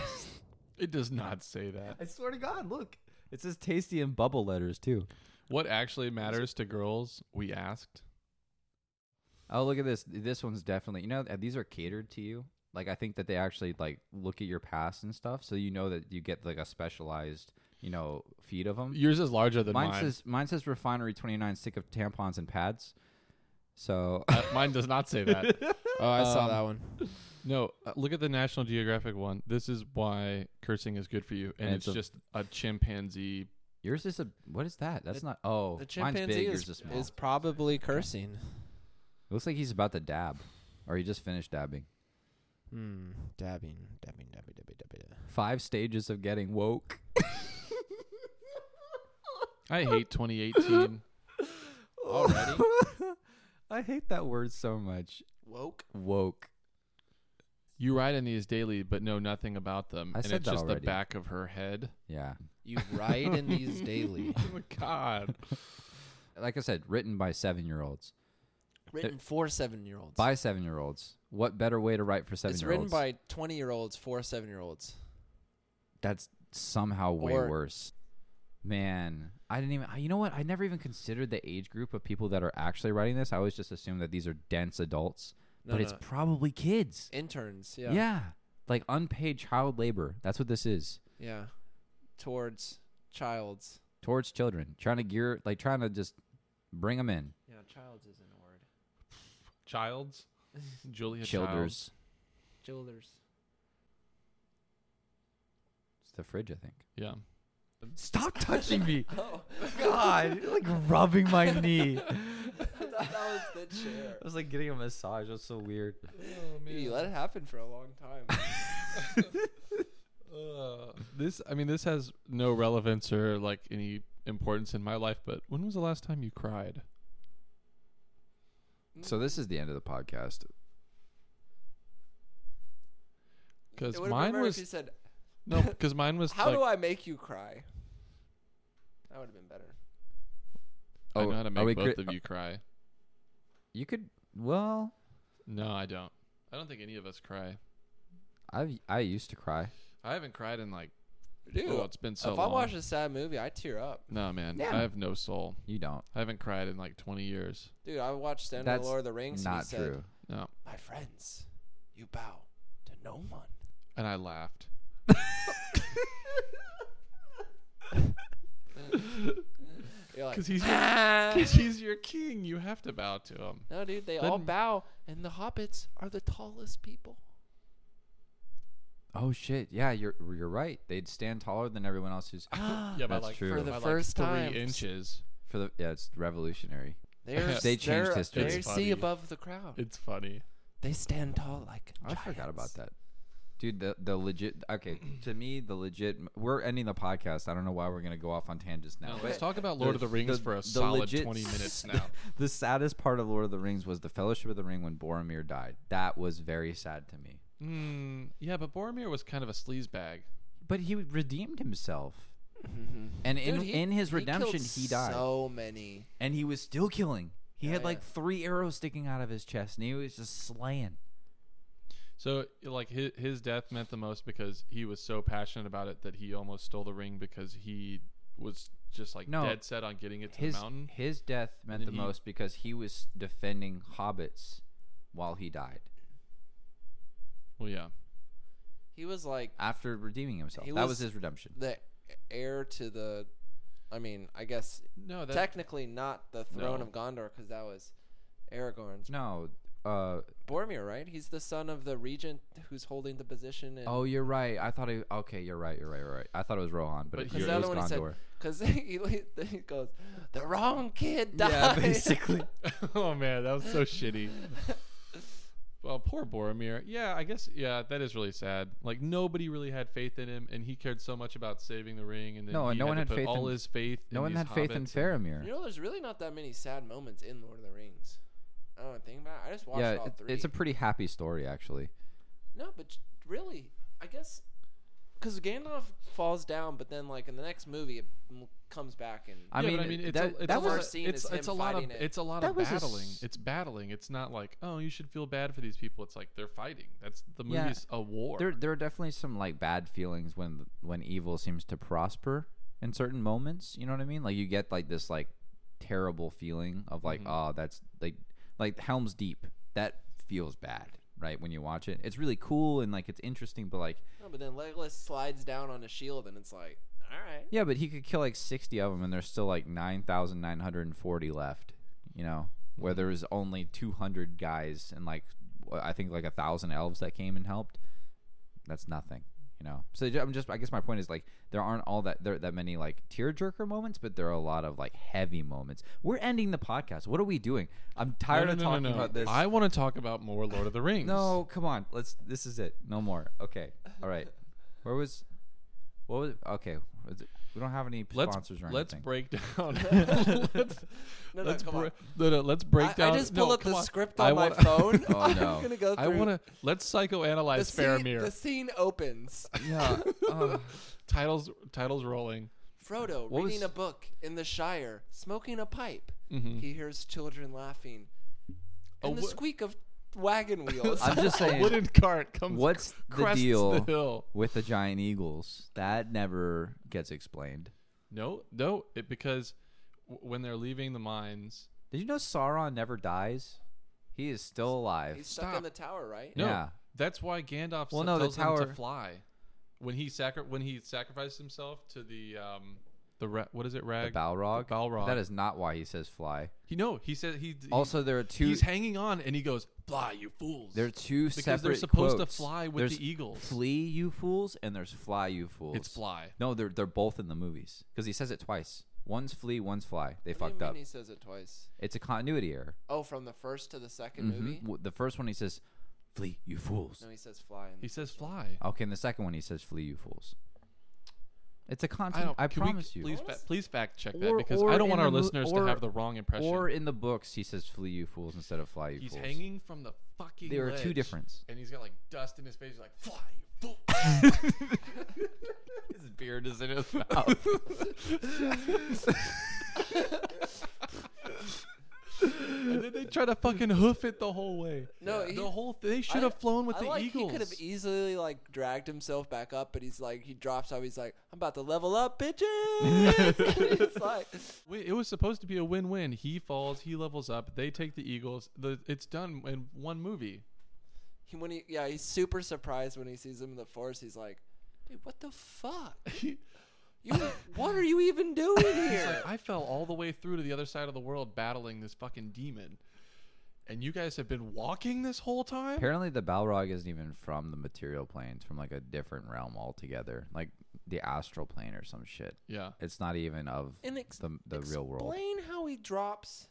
S4: It does not say that.
S1: I swear to God, look. It says tasty in bubble letters too.
S4: What actually matters to girls? We asked.
S1: Oh, look at this. This one's definitely, you know, uh, these are catered to you. Like, I think that they actually like look at your past and stuff, so you know that you get like a specialized, you know, feed of them.
S4: Yours is larger than
S1: mine
S4: mine.
S1: says mine says refinery twenty nine, sick of tampons and pads. So [laughs]
S4: Uh, mine does not say that.
S5: oh I saw
S4: Um,
S5: that one.
S4: [laughs] No, uh, look at the National Geographic one. This is why cursing is good for you, and,
S1: And
S4: it's,
S1: it's a-
S4: just a chimpanzee.
S1: yours is a what is that? That's
S5: The-
S1: not. Oh,
S5: The
S1: mine's big.
S5: chimpanzee
S1: yours
S5: is,
S1: is small.
S5: is probably cursing.
S1: looks like he's about to dab, or he just finished dabbing.
S5: Hmm. Dabbing, dabbing, dabbing, dabbing, dabbing. dabbing.
S1: Five stages of getting woke.
S4: [laughs] I hate 2018.
S5: Already?
S1: [laughs] I hate that word so much.
S5: Woke.
S1: Woke.
S4: [laughs] you ride in these daily, but know nothing about them,
S1: I
S4: and
S1: said
S4: it's
S1: that
S4: just
S1: already.
S4: the back of her head. [laughs] Oh
S1: Yeah.
S5: You ride in
S1: [laughs]
S5: these daily.
S4: God,
S1: Like I said, written by seven year olds.
S5: Written for seven year olds.
S1: By seven year olds. What better way to write for seven
S5: It's
S1: year
S5: written
S1: olds?
S5: by twenty year olds for seven year olds.
S1: That's somehow way
S5: Or-
S1: worse. Man, I didn't even. I- You know what? I never even considered the age group of people that are actually writing this. I always just assumed that these are dense adults,
S5: No,
S1: but it's
S5: no.
S1: probably kids.
S5: Interns, yeah.
S1: Yeah. Like unpaid child labor. That's what this is.
S5: Yeah. Towards childs.
S1: Towards children. Trying to gear, like trying to just bring them in.
S5: Yeah, childs isn't a word.
S4: Childs, Julia Childs.
S1: Childers.
S5: Jewelers.
S1: It's the fridge, I think.
S4: Yeah,
S1: Stop touching [laughs] me.
S5: Oh,
S1: God, you're like rubbing [laughs] my knee.
S5: [laughs] that was the
S4: [laughs]
S5: chair.
S1: I was like getting a massage. That's so weird.
S4: Oh,
S5: You let it happen for a long
S4: [laughs]
S5: time.
S4: Uh, this, I mean, this has no relevance or like any importance in my life. But when was the last time you cried?
S1: So this is the end of the podcast.
S4: Because
S5: It would
S4: mine
S5: if you
S4: was
S5: said,
S4: no, because mine was.
S5: [laughs] "How
S4: like,
S5: do I make you cry?" That would have been better.
S4: I know how to
S1: Oh, are we
S4: make both
S1: cri-
S4: of you cry.
S1: You could. Well,
S4: No, I don't. I don't think any of us cry.
S1: I I used to cry.
S4: I haven't cried in like
S5: Dude,
S4: oh, it's been so
S5: if
S4: long.
S5: I watch a sad movie, I tear up.
S4: no, man,
S1: Yeah.
S4: I have no soul.
S1: You don't.
S4: I haven't cried in like 20 years.
S5: Dude, I watched *End of
S1: That's
S5: the Lord of the Rings*. and
S1: Not
S5: he said, [laughs]
S1: true.
S4: No,
S5: My friends, you bow to no one.
S4: and I laughed.
S5: You're like, "Ah."
S4: because he's your, [laughs] 'cause he's your king. You have to bow to him.
S5: No, dude, they all
S4: Then-
S5: bow, and the hobbits are the tallest people.
S1: Oh shit! Yeah, you're you're right. They'd stand taller than everyone else
S5: [gasps]
S1: who's
S4: [laughs]
S1: [gasps]
S4: Yeah, by
S1: That's
S4: like
S1: true. For
S4: by
S1: the
S4: like
S5: Ah, first
S4: three
S5: time.
S4: inches.
S1: for the yeah. It's revolutionary.
S5: They're,
S4: They
S1: changed
S5: they're,
S1: history.
S5: They
S4: It's
S5: see
S4: funny.
S5: above the crowd.
S4: It's funny.
S5: they stand tall like.
S1: I forgot about
S5: giants.
S1: that, dude. The the legit okay to me the legit. We're ending the podcast. I don't know why we're gonna go off on tangents now.
S4: Now,
S1: but
S4: let's talk about Lord of the Rings for a solid
S1: [laughs]
S4: twenty minutes now.
S1: The saddest part of Lord of the Rings was the Fellowship of the Ring when Boromir died. That was very sad to me.
S4: Mm, yeah, but Boromir was kind of a sleaze bag.
S1: But he redeemed himself, and in
S5: Mm-hmm. Dude, he-
S1: in his
S5: he killed
S1: redemption he died.
S5: So many.
S1: and he was still killing. He
S5: Yeah,
S1: had like
S5: yeah.
S1: three arrows sticking out of his chest, and he was just slaying.
S4: So like his, his death meant the most because he was so passionate about it that he almost stole the ring because he was just like
S1: No.
S4: dead set on getting it to
S1: His
S4: the mountain.
S1: his death meant the
S4: then he-
S1: most because he was defending hobbits while he died
S4: Well, yeah.
S5: He was like
S1: after redeeming himself.
S5: He
S1: that was
S5: was-
S1: his redemption.
S5: the heir to the. I mean, I guess
S4: No, that
S5: technically not the throne
S4: No.
S5: of Gondor because that was Aragorn's.
S1: No, uh,
S5: Boromir, right? He's the son of the regent who's holding the position. And,
S1: oh, you're right. I thought he. Okay, you're right. You're right. You're right. I thought it was Rohan, but,
S4: But
S1: it,
S4: he-
S1: it
S5: because
S4: you're-
S5: the
S1: was
S5: other one he said,
S1: Gondor.
S5: because [laughs] he, le- he goes, the wrong kid
S1: [laughs]
S5: died.
S1: yeah,
S5: [laughs]
S1: basically.
S4: [laughs] oh man, that was so
S1: [laughs]
S4: shitty. Well, poor Boromir. Yeah, I guess. Yeah, that is really sad. Like nobody really had faith in him, and he cared so much about saving the ring, and then
S1: No,
S4: he
S1: no
S4: had
S1: one
S4: to
S1: had
S4: put
S1: faith
S4: all
S1: in-
S4: his faith.
S1: No
S4: in
S1: one
S4: these
S1: had faith in
S4: hobbits and-
S5: You
S1: Faramir.
S5: know, there's really not that many sad moments in Lord of the Rings. I don't think about. It. I just watched
S1: Yeah,
S5: all
S1: it-
S5: three.
S1: it's a pretty happy story actually.
S5: no, but j- really, I guess because Gandalf falls down, but then like in the next movie, it m- comes back and
S1: I
S4: Yeah,
S1: mean,
S4: but I mean, it's
S1: that,
S4: a, it's
S1: that
S4: a
S5: was-
S4: lot
S5: First
S4: of,
S5: scene
S4: it's,
S5: is
S4: it's a
S5: him
S4: lot of
S5: fighting it.
S4: it's a lot
S1: That
S4: of
S1: was a s-
S4: battling. It's battling. It's not like oh, you should feel bad for these people. It's like they're fighting. That's the
S1: Yeah.
S4: movie's a war.
S1: There, there are definitely some like bad feelings when when evil seems to prosper in certain moments. You know what I mean? Like you get like this like terrible feeling of
S4: Mm-hmm.
S1: like, oh, that's like like Helm's Deep. That feels bad, right? When you watch it, it's really cool and like it's interesting, but like,
S5: no, but then Legolas slides down on a shield, and it's like, all right,
S1: yeah, but he could kill like sixty of them, and there's still like nine thousand nine hundred and forty left. You know, where
S4: Mm-hmm.
S1: there was only two hundred guys and like wh- I think like a thousand elves that came and helped. that's nothing you know so ju- i'm just i guess my point is like there aren't all that there that many like tearjerker moments but there are a lot of like heavy moments we're ending the podcast what are we doing i'm
S4: No,
S1: tired
S4: no,
S1: of
S4: no, no,
S1: talking
S4: no.
S1: about this
S4: I want to talk about more Lord of the Rings.
S1: no come on let's this is it no more okay all right where was what was okay was it- we don't have any
S4: let's
S1: sponsors or anything
S4: let's
S1: [laughs]
S4: break down. [laughs] let's,
S5: no,
S4: let's
S5: come
S4: bre-
S5: on.
S4: no, no, let's break
S5: I- I
S4: down.
S5: just
S4: no,
S5: pull up the
S4: come on.
S5: script
S4: I
S5: on my
S4: wanna-
S5: phone.
S1: [laughs] Oh, no.
S5: [laughs] I'm gonna go
S4: [laughs]
S5: through.
S4: I want to let's
S5: the
S4: psychoanalyze
S5: scene,
S4: Faramir.
S5: the scene opens.
S4: [laughs]
S1: yeah uh,
S4: Titles titles rolling.
S5: Frodo
S1: What
S5: reading
S1: was-
S5: a book in the Shire, smoking a pipe.
S4: Mhm.
S5: He hears children laughing
S4: A
S5: and the
S4: wo-
S5: squeak of
S4: [laughs]
S5: wagon wheels.
S1: i'm just
S4: A
S1: saying
S4: wooden cart
S1: [laughs]
S4: comes.
S1: what's the
S4: cr- crests
S1: deal
S4: The hill.
S1: with the giant eagles that never gets explained
S4: No, no, it, because w- when they're leaving the mines,
S1: Did you know Sauron never dies? He is still alive.
S5: He's stuck
S4: Stop.
S5: in the tower, right?
S4: no,
S1: Yeah.
S4: that's why Gandalf
S1: Well,
S4: s-
S1: no, the
S4: tells him
S1: tower-
S4: to fly. When he sacri- when he sacrificed himself to the um the ra- what is it
S1: the
S4: rag
S1: Balrog.
S4: The Balrog.
S1: That is not why he says fly.
S4: he no he said he he-
S1: Also, there are two.
S4: he's hanging on and he goes fly you fools.
S1: there are two
S4: because
S1: separate.
S4: they're supposed
S1: quotes.
S4: to fly with
S1: There's
S4: the eagles.
S1: Flee, you fools, and there's fly, you fools.
S4: It's fly.
S1: No, they're they're both in the movies because he says it twice. One's flee, one's fly. They
S5: What do you
S1: fucked
S5: mean
S1: up.
S5: He says it twice.
S1: It's a continuity error.
S5: Oh, from the first to the 2nd
S1: Mhm.
S4: Mm-hmm.
S5: movie.
S1: W- The first one he says, "Flee, you fools."
S5: No, he says fly. in
S4: He
S5: the
S4: says
S5: first one.
S4: fly.
S1: Okay, and the second one he says, "Flee, you fools." It's a
S4: I
S1: continuity.
S4: don't.
S1: I,
S4: can we-
S1: promise you.
S4: Please, fa- please fact check that
S1: Or-
S4: because
S1: or
S4: I don't want
S1: in
S4: our
S1: the mo-
S4: listeners
S1: or-
S4: to have the wrong impression.
S1: Or in the books, he says "Flee, you fools" instead of "Fly, you
S4: he's
S1: fools."
S4: hanging from the fucking.
S1: There are two
S4: ledge,
S1: difference.
S4: And he's got like dust in his face. He's like, fly,
S1: [laughs]
S4: you
S1: His beard is in his mouth.
S4: fool. and then they try to fucking hoof it the whole way.
S5: No, he-
S4: the whole. They
S5: I-
S4: should have flown with
S5: I
S4: the
S5: like,
S4: eagles.
S5: He e could have easily like dragged himself back up, but he's like he drops out. He's like, I'm about to level up, [laughs] bitches. it's like
S4: Wait, it was supposed to be a win-win. He falls. He levels up. They take the eagles. The it's done in one movie.
S5: he when he yeah he's super surprised when he sees him in the
S4: [laughs]
S5: forest. He's like, dude, what the fuck? You, what are you even doing here? [laughs]
S4: like, I fell all the way through to the other side of the world battling this fucking demon, and you guys have been walking this whole time.
S1: Apparently, the Balrog isn't even from the material plane. It's from like a different realm altogether, like the astral plane or some shit.
S4: yeah,
S1: It's not even of
S5: And ex-
S1: the, the real world.
S5: Explain how he drops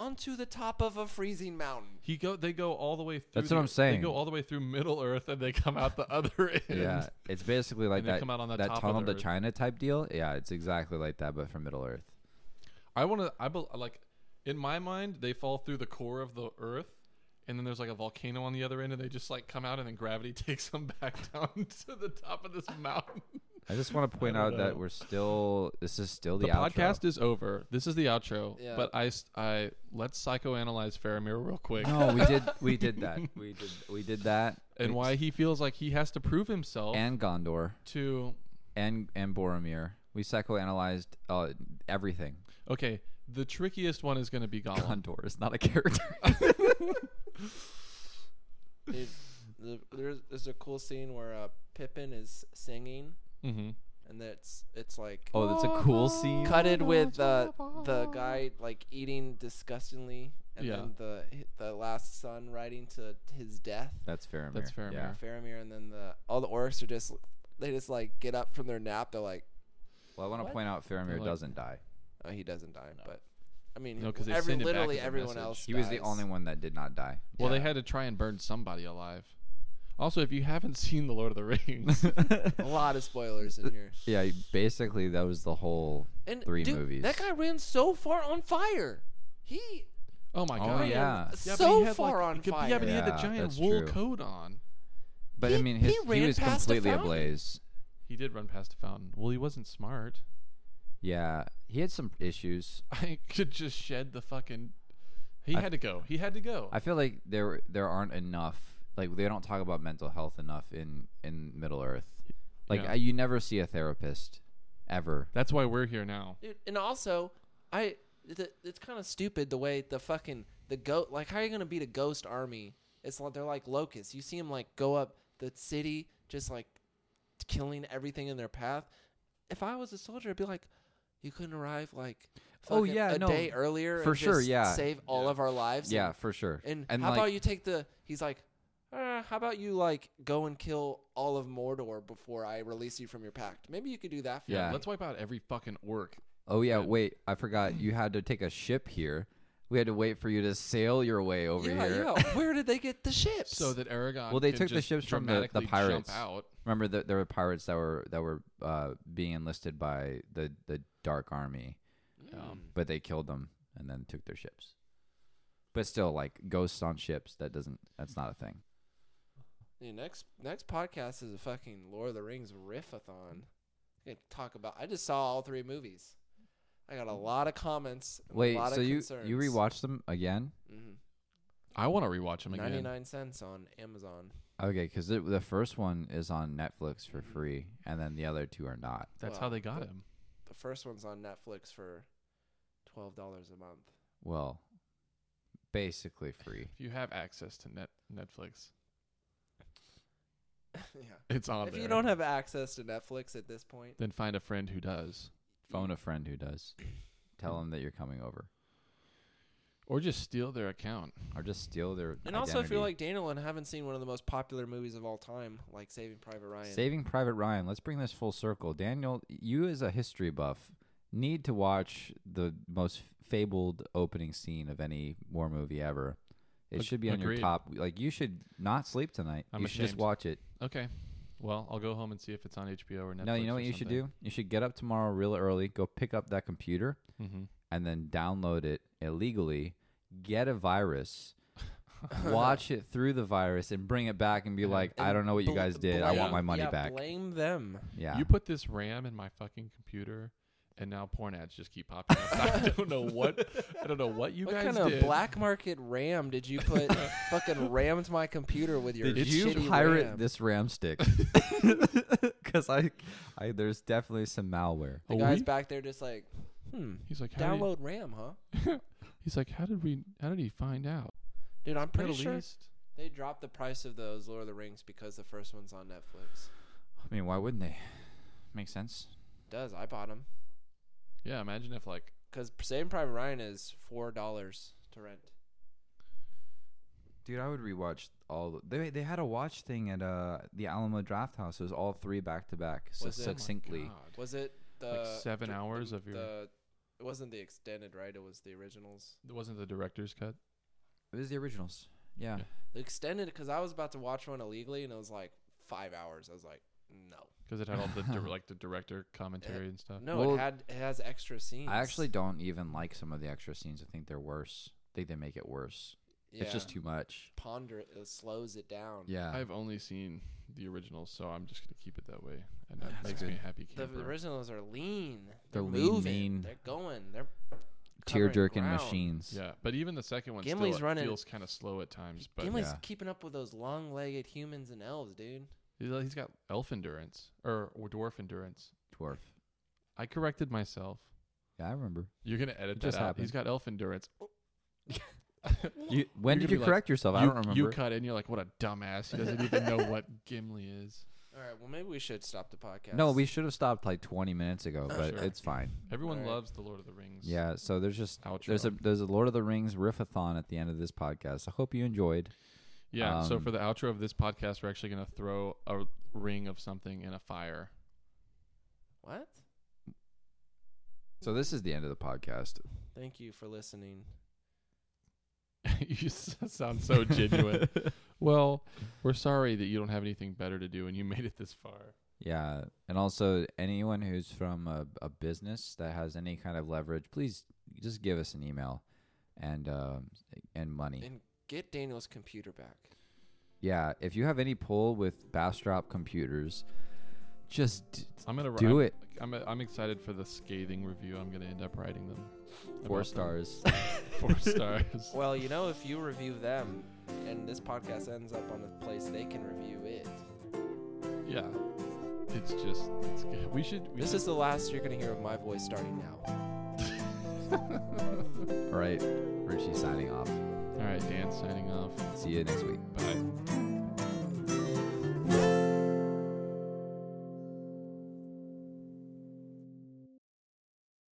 S5: onto the top of a freezing mountain.
S4: he go. They go all the way through.
S1: That's what
S4: the-
S1: I'm saying.
S4: They go all the way through Middle Earth, and they come out the [laughs] other end.
S1: Yeah, it's basically like
S4: they
S1: that,
S4: come out on the
S1: that
S4: top of
S1: tunnel
S4: the
S1: to
S4: Earth.
S1: China type deal. Yeah, it's exactly like that, but for Middle Earth.
S4: I want to. I bel like in my mind, they fall through the core of the Earth, and then there's like a volcano on the other end, and they just like come out, and then gravity [laughs] takes them back down [laughs] to the top of this mountain.
S1: I just want to point out
S4: don't
S1: that
S4: know.
S1: we're still. This is still the,
S4: The,
S1: outro.
S4: podcast is over. This is the outro.
S5: Yeah.
S4: But I, s- I let's psychoanalyze Faramir real quick
S1: No, we did. We did
S4: [laughs]
S1: that. We did. We did that.
S4: and
S1: We-
S4: why he feels like he has to prove
S1: [laughs]
S4: himself
S1: and Gondor
S4: to
S1: and and Boromir. We psychoanalyzed uh, everything.
S4: okay. The trickiest one is going to be Gollum.
S1: Gondor is not a
S4: [laughs]
S1: character.
S5: It- the- there's, there's a cool scene where uh, Pippin is singing,
S4: Mm-hmm.
S5: and that's it's like
S1: oh, that's a cool scene.
S5: cutted with uh, the guy like eating disgustingly, and
S4: Yeah.
S5: then the the last son riding to his death.
S1: That's Faramir.
S4: That's
S1: Yeah.
S4: Faramir.
S5: Faramir, and then the all the orcs are just they just like get up from their nap. They're like,
S1: Well, I want to
S5: What?
S1: point out Faramir
S4: Like-
S1: doesn't die.
S5: oh, he doesn't die, but I mean,
S4: No, 'cause they
S5: every,
S4: send him back
S5: literally
S4: as a
S5: everyone
S4: message.
S5: else.
S1: He was the
S5: dies.
S1: only one that did not
S4: [laughs]
S1: die. [laughs]
S4: Well, they
S5: Yeah.
S4: had to try and burn somebody alive. Also, if you haven't [laughs] seen The Lord of the
S1: [laughs]
S4: Rings,
S5: A lot of spoilers in here.
S1: Yeah, he- basically that was the whole.
S5: And
S1: Three
S5: dude,
S1: movies.
S5: That guy ran so far on fire. He
S4: oh my
S1: Oh,
S4: god,
S5: ran
S1: yeah.
S4: Yeah, but
S5: so
S4: he had,
S5: far
S4: like-
S5: on
S4: he could-
S5: fire.
S4: Yeah, but he had the
S1: Yeah,
S4: giant
S1: that's
S4: wool
S1: true.
S4: coat on.
S1: But I
S5: He-
S1: mean, his,
S5: he
S1: he,
S5: ran
S1: was
S5: past a
S1: completely
S5: fountain.
S1: ablaze.
S4: He did run past a fountain. Well, he wasn't smart. [laughs]
S1: Yeah, he had some issues.
S4: I could just shed the fucking. He
S1: I-
S4: had to go. He had to go.
S1: I feel like there there aren't enough. Like they don't talk about mental health enough in in Middle Earth. Like
S4: Yeah.
S1: I, you never see a therapist, ever.
S4: That's why we're here now.
S5: Dude, and also, I th- it's kind of stupid the way the fucking the goat. Like, how are you gonna beat a ghost army? It's like they're like locusts. You see them like go up the city, just like killing everything in their path. If I was a soldier, I'd be like, you couldn't arrive like
S1: Oh,
S5: fucking
S1: yeah,
S5: a
S1: no,
S5: day earlier
S1: for
S5: and
S1: sure,
S5: just
S1: yeah.
S5: save all of our lives.
S1: Yeah,
S5: and,
S1: for sure.
S5: and,
S1: and
S5: how
S1: like,
S5: about you take the? He's like. Uh, how about you like go and kill all of Mordor before I release you from your pact? Maybe you could do that for
S1: Yeah.
S5: me.
S4: Let's wipe out every fucking orc.
S1: Oh yeah, wait, I forgot. You had to take a ship here. We had to wait for you to sail your way over
S5: yeah,
S1: here. [laughs]
S5: yeah. Where did they get the ships?
S4: So that Aragon.
S1: Well, they
S4: can
S1: took the
S4: just
S1: ships from the- the
S4: dramatically
S1: pirates.
S4: Jump out.
S1: Remember that there were pirates that were that were uh, being enlisted by the the Dark Army,
S5: Mm.
S1: um, but they killed them and then took their ships. But still, like ghosts on ships, that doesn't that's not a thing.
S5: Dude, next next podcast is a fucking Lord of the Rings riff-a-thon. I could talk about. I just saw all three movies. I got a lot of comments. and
S1: Wait,
S5: a lot
S1: so
S5: of
S1: you
S5: concerns.
S1: you rewatched them again?
S5: Mhm.
S4: I want to rewatch him again.
S5: Mm-hmm. ninety-nine cents on Amazon?
S1: Okay, because the, the first one is on Netflix
S5: Mm.
S1: for free, and then the other two are not.
S4: That's
S5: Well,
S4: how they got
S5: but-
S4: him.
S5: The first one's on Netflix for twelve dollars a month. [laughs]
S1: Well, basically free.
S4: If you have access to net Netflix, [laughs]
S5: yeah.
S4: it's on
S5: If
S4: there.
S5: you don't have access to Netflix at this point,
S4: then find a friend who does,
S1: Phone a friend who does. Tell
S5: Mm.
S1: them that you're coming over,
S4: or just steal their account.
S1: or just steal their.
S5: and also if
S1: identity.
S5: you're like Daniel and haven't seen one of the most popular movies of all time, like Saving Private Ryan,
S1: Saving Private Ryan. Let's bring this full circle. Daniel, you as a history buff need to watch the most fabled opening scene of any war movie ever. It
S4: Ag-
S1: should be on your
S4: agreed.
S1: top. Like you should not sleep tonight.
S4: I'm
S1: you should just
S4: ashamed.
S1: watch it.
S4: Okay. Well, I'll go home and see if it's on HBO or Netflix.
S1: no, you know what you should do? You should get up tomorrow real early, go pick up that computer
S4: hmm
S1: and then download it illegally, get a
S4: [laughs]
S1: virus, watch it through the virus and bring it back and be like, I
S5: And
S1: don't know what you
S5: bl-
S1: guys did. I want
S5: blame-
S1: my money
S5: yeah,
S1: back.
S5: Blame them.
S1: Yeah.
S4: You put this RAM in my fucking computer, and now porn ads just keep popping up. [laughs] I don't know what I don't know what you
S5: what
S4: guys
S5: kind of
S4: did.
S5: black market RAM did you [laughs] put? fucking rammed my computer with your
S1: Did you
S5: shitty
S1: pirate
S5: RAM?
S1: this RAM [laughs] stick? Because I, I, there's definitely some malware.
S5: The
S4: Oh,
S5: guys
S4: we-
S5: back there just like, hmm,
S4: He's like, how
S5: download RAM, huh?
S4: Did he, [laughs] he's like, how did we? How did he find out?
S5: Dude, I'm pretty
S4: At
S5: sure
S4: least-
S5: they dropped the price of those Lord of the Rings because the first one's on Netflix.
S1: I mean, why wouldn't they? Makes sense.
S5: Does I bought them?
S4: Yeah, imagine if like
S5: Because Saving Private Ryan is four dollars to rent.
S1: Dude, I would rewatch all. The, they they had a watch thing at uh the Alamo Draft House. It was all three back to back, so
S5: Was it? Oh my
S1: succinctly.
S4: God.
S5: Was it the
S4: Like seven
S5: dr- the-
S4: hours of your-
S5: The, it wasn't the extended, right? It was the originals.
S4: it wasn't the director's cut.
S1: It was the originals. Yeah.
S4: Yeah.
S5: The extended, because I was about to watch one illegally, and it was like five hours. I was like, no,
S4: Because it had all the
S1: [laughs]
S4: dir- like the director commentary and stuff.
S5: no.
S1: Uh, Well,
S5: it had it has extra scenes.
S1: I actually don't even like some of the extra scenes. I think they're worse. I think they make it worse.
S5: yeah.
S1: It's just too much.
S5: ponder it. It slows it down.
S1: Yeah.
S4: I've only seen the originals, so I'm just gonna keep it that way, and that
S1: That's
S4: makes me
S1: good.
S4: a happy
S5: The
S4: camper.
S5: the originals are lean.
S1: They're lean,
S5: moving.
S1: mean.
S5: They're going. They're
S1: Tear
S5: covering
S1: jerking
S5: ground.
S1: machines.
S4: yeah, but even the second one
S5: Gimli's
S4: still it
S5: running-
S4: feels kind of slow at times. But
S5: Gimli's
S1: yeah.
S5: keeping up with those long-legged humans and elves, dude.
S4: he's uh, he's got elf endurance or, or dwarf endurance.
S1: Dwarf.
S4: I corrected myself.
S1: Yeah, I remember.
S4: You're gonna edit
S1: It
S4: that
S1: just
S4: out. He's got elf
S5: [laughs]
S4: endurance.
S1: You, when
S4: You're
S1: did
S4: gonna
S1: you
S4: be like,
S1: correct yourself? I
S4: you,
S1: don't remember.
S4: You cut in. You're like, what a dumbass. He doesn't even know what
S5: [laughs]
S4: Gimli is.
S5: All right. Well, maybe we should stop the podcast.
S1: No, we should have stopped like 20 minutes ago, but
S4: Oh, Sure.
S1: it's fine.
S4: Everyone
S5: Alright.
S4: loves the Lord of the Rings.
S1: Yeah, so there's just
S4: Outro.
S1: there's a there's a Lord of the Rings riffathon at the end of this podcast. I hope you enjoyed.
S4: Yeah. so
S1: Um,
S4: for the outro of this podcast, we're actually gonna throw a ring of something in a fire. [laughs]
S5: What?
S1: So this is the end of the podcast.
S5: Thank you for listening.
S4: you s- sound so genuine. [laughs] well, we're sorry that you don't have anything better to do and you made it this far.
S1: [laughs] Yeah, and also anyone who's from a, a business that has any kind of leverage, please just give us an email and um, and money.
S5: And get Daniel's computer back.
S1: yeah, if you have any pull with Bastrop Computers, just d-
S4: I'm gonna
S1: Do
S4: I'm,
S1: it.
S4: I'm uh, I'm excited for the scathing review. I'm gonna end up writing them.
S1: four
S4: about them.
S1: stars.
S4: [laughs]
S1: [laughs]
S4: Four stars.
S5: Well, you know, if you review them, and this podcast ends up on a place they can review it.
S4: yeah. It's just it's good. We should. We
S5: This
S4: should-
S5: is the last you're gonna hear of my voice starting now.
S1: All right, Richie signing off.
S4: all right. Dan signing off.
S1: See you next week.
S4: Bye.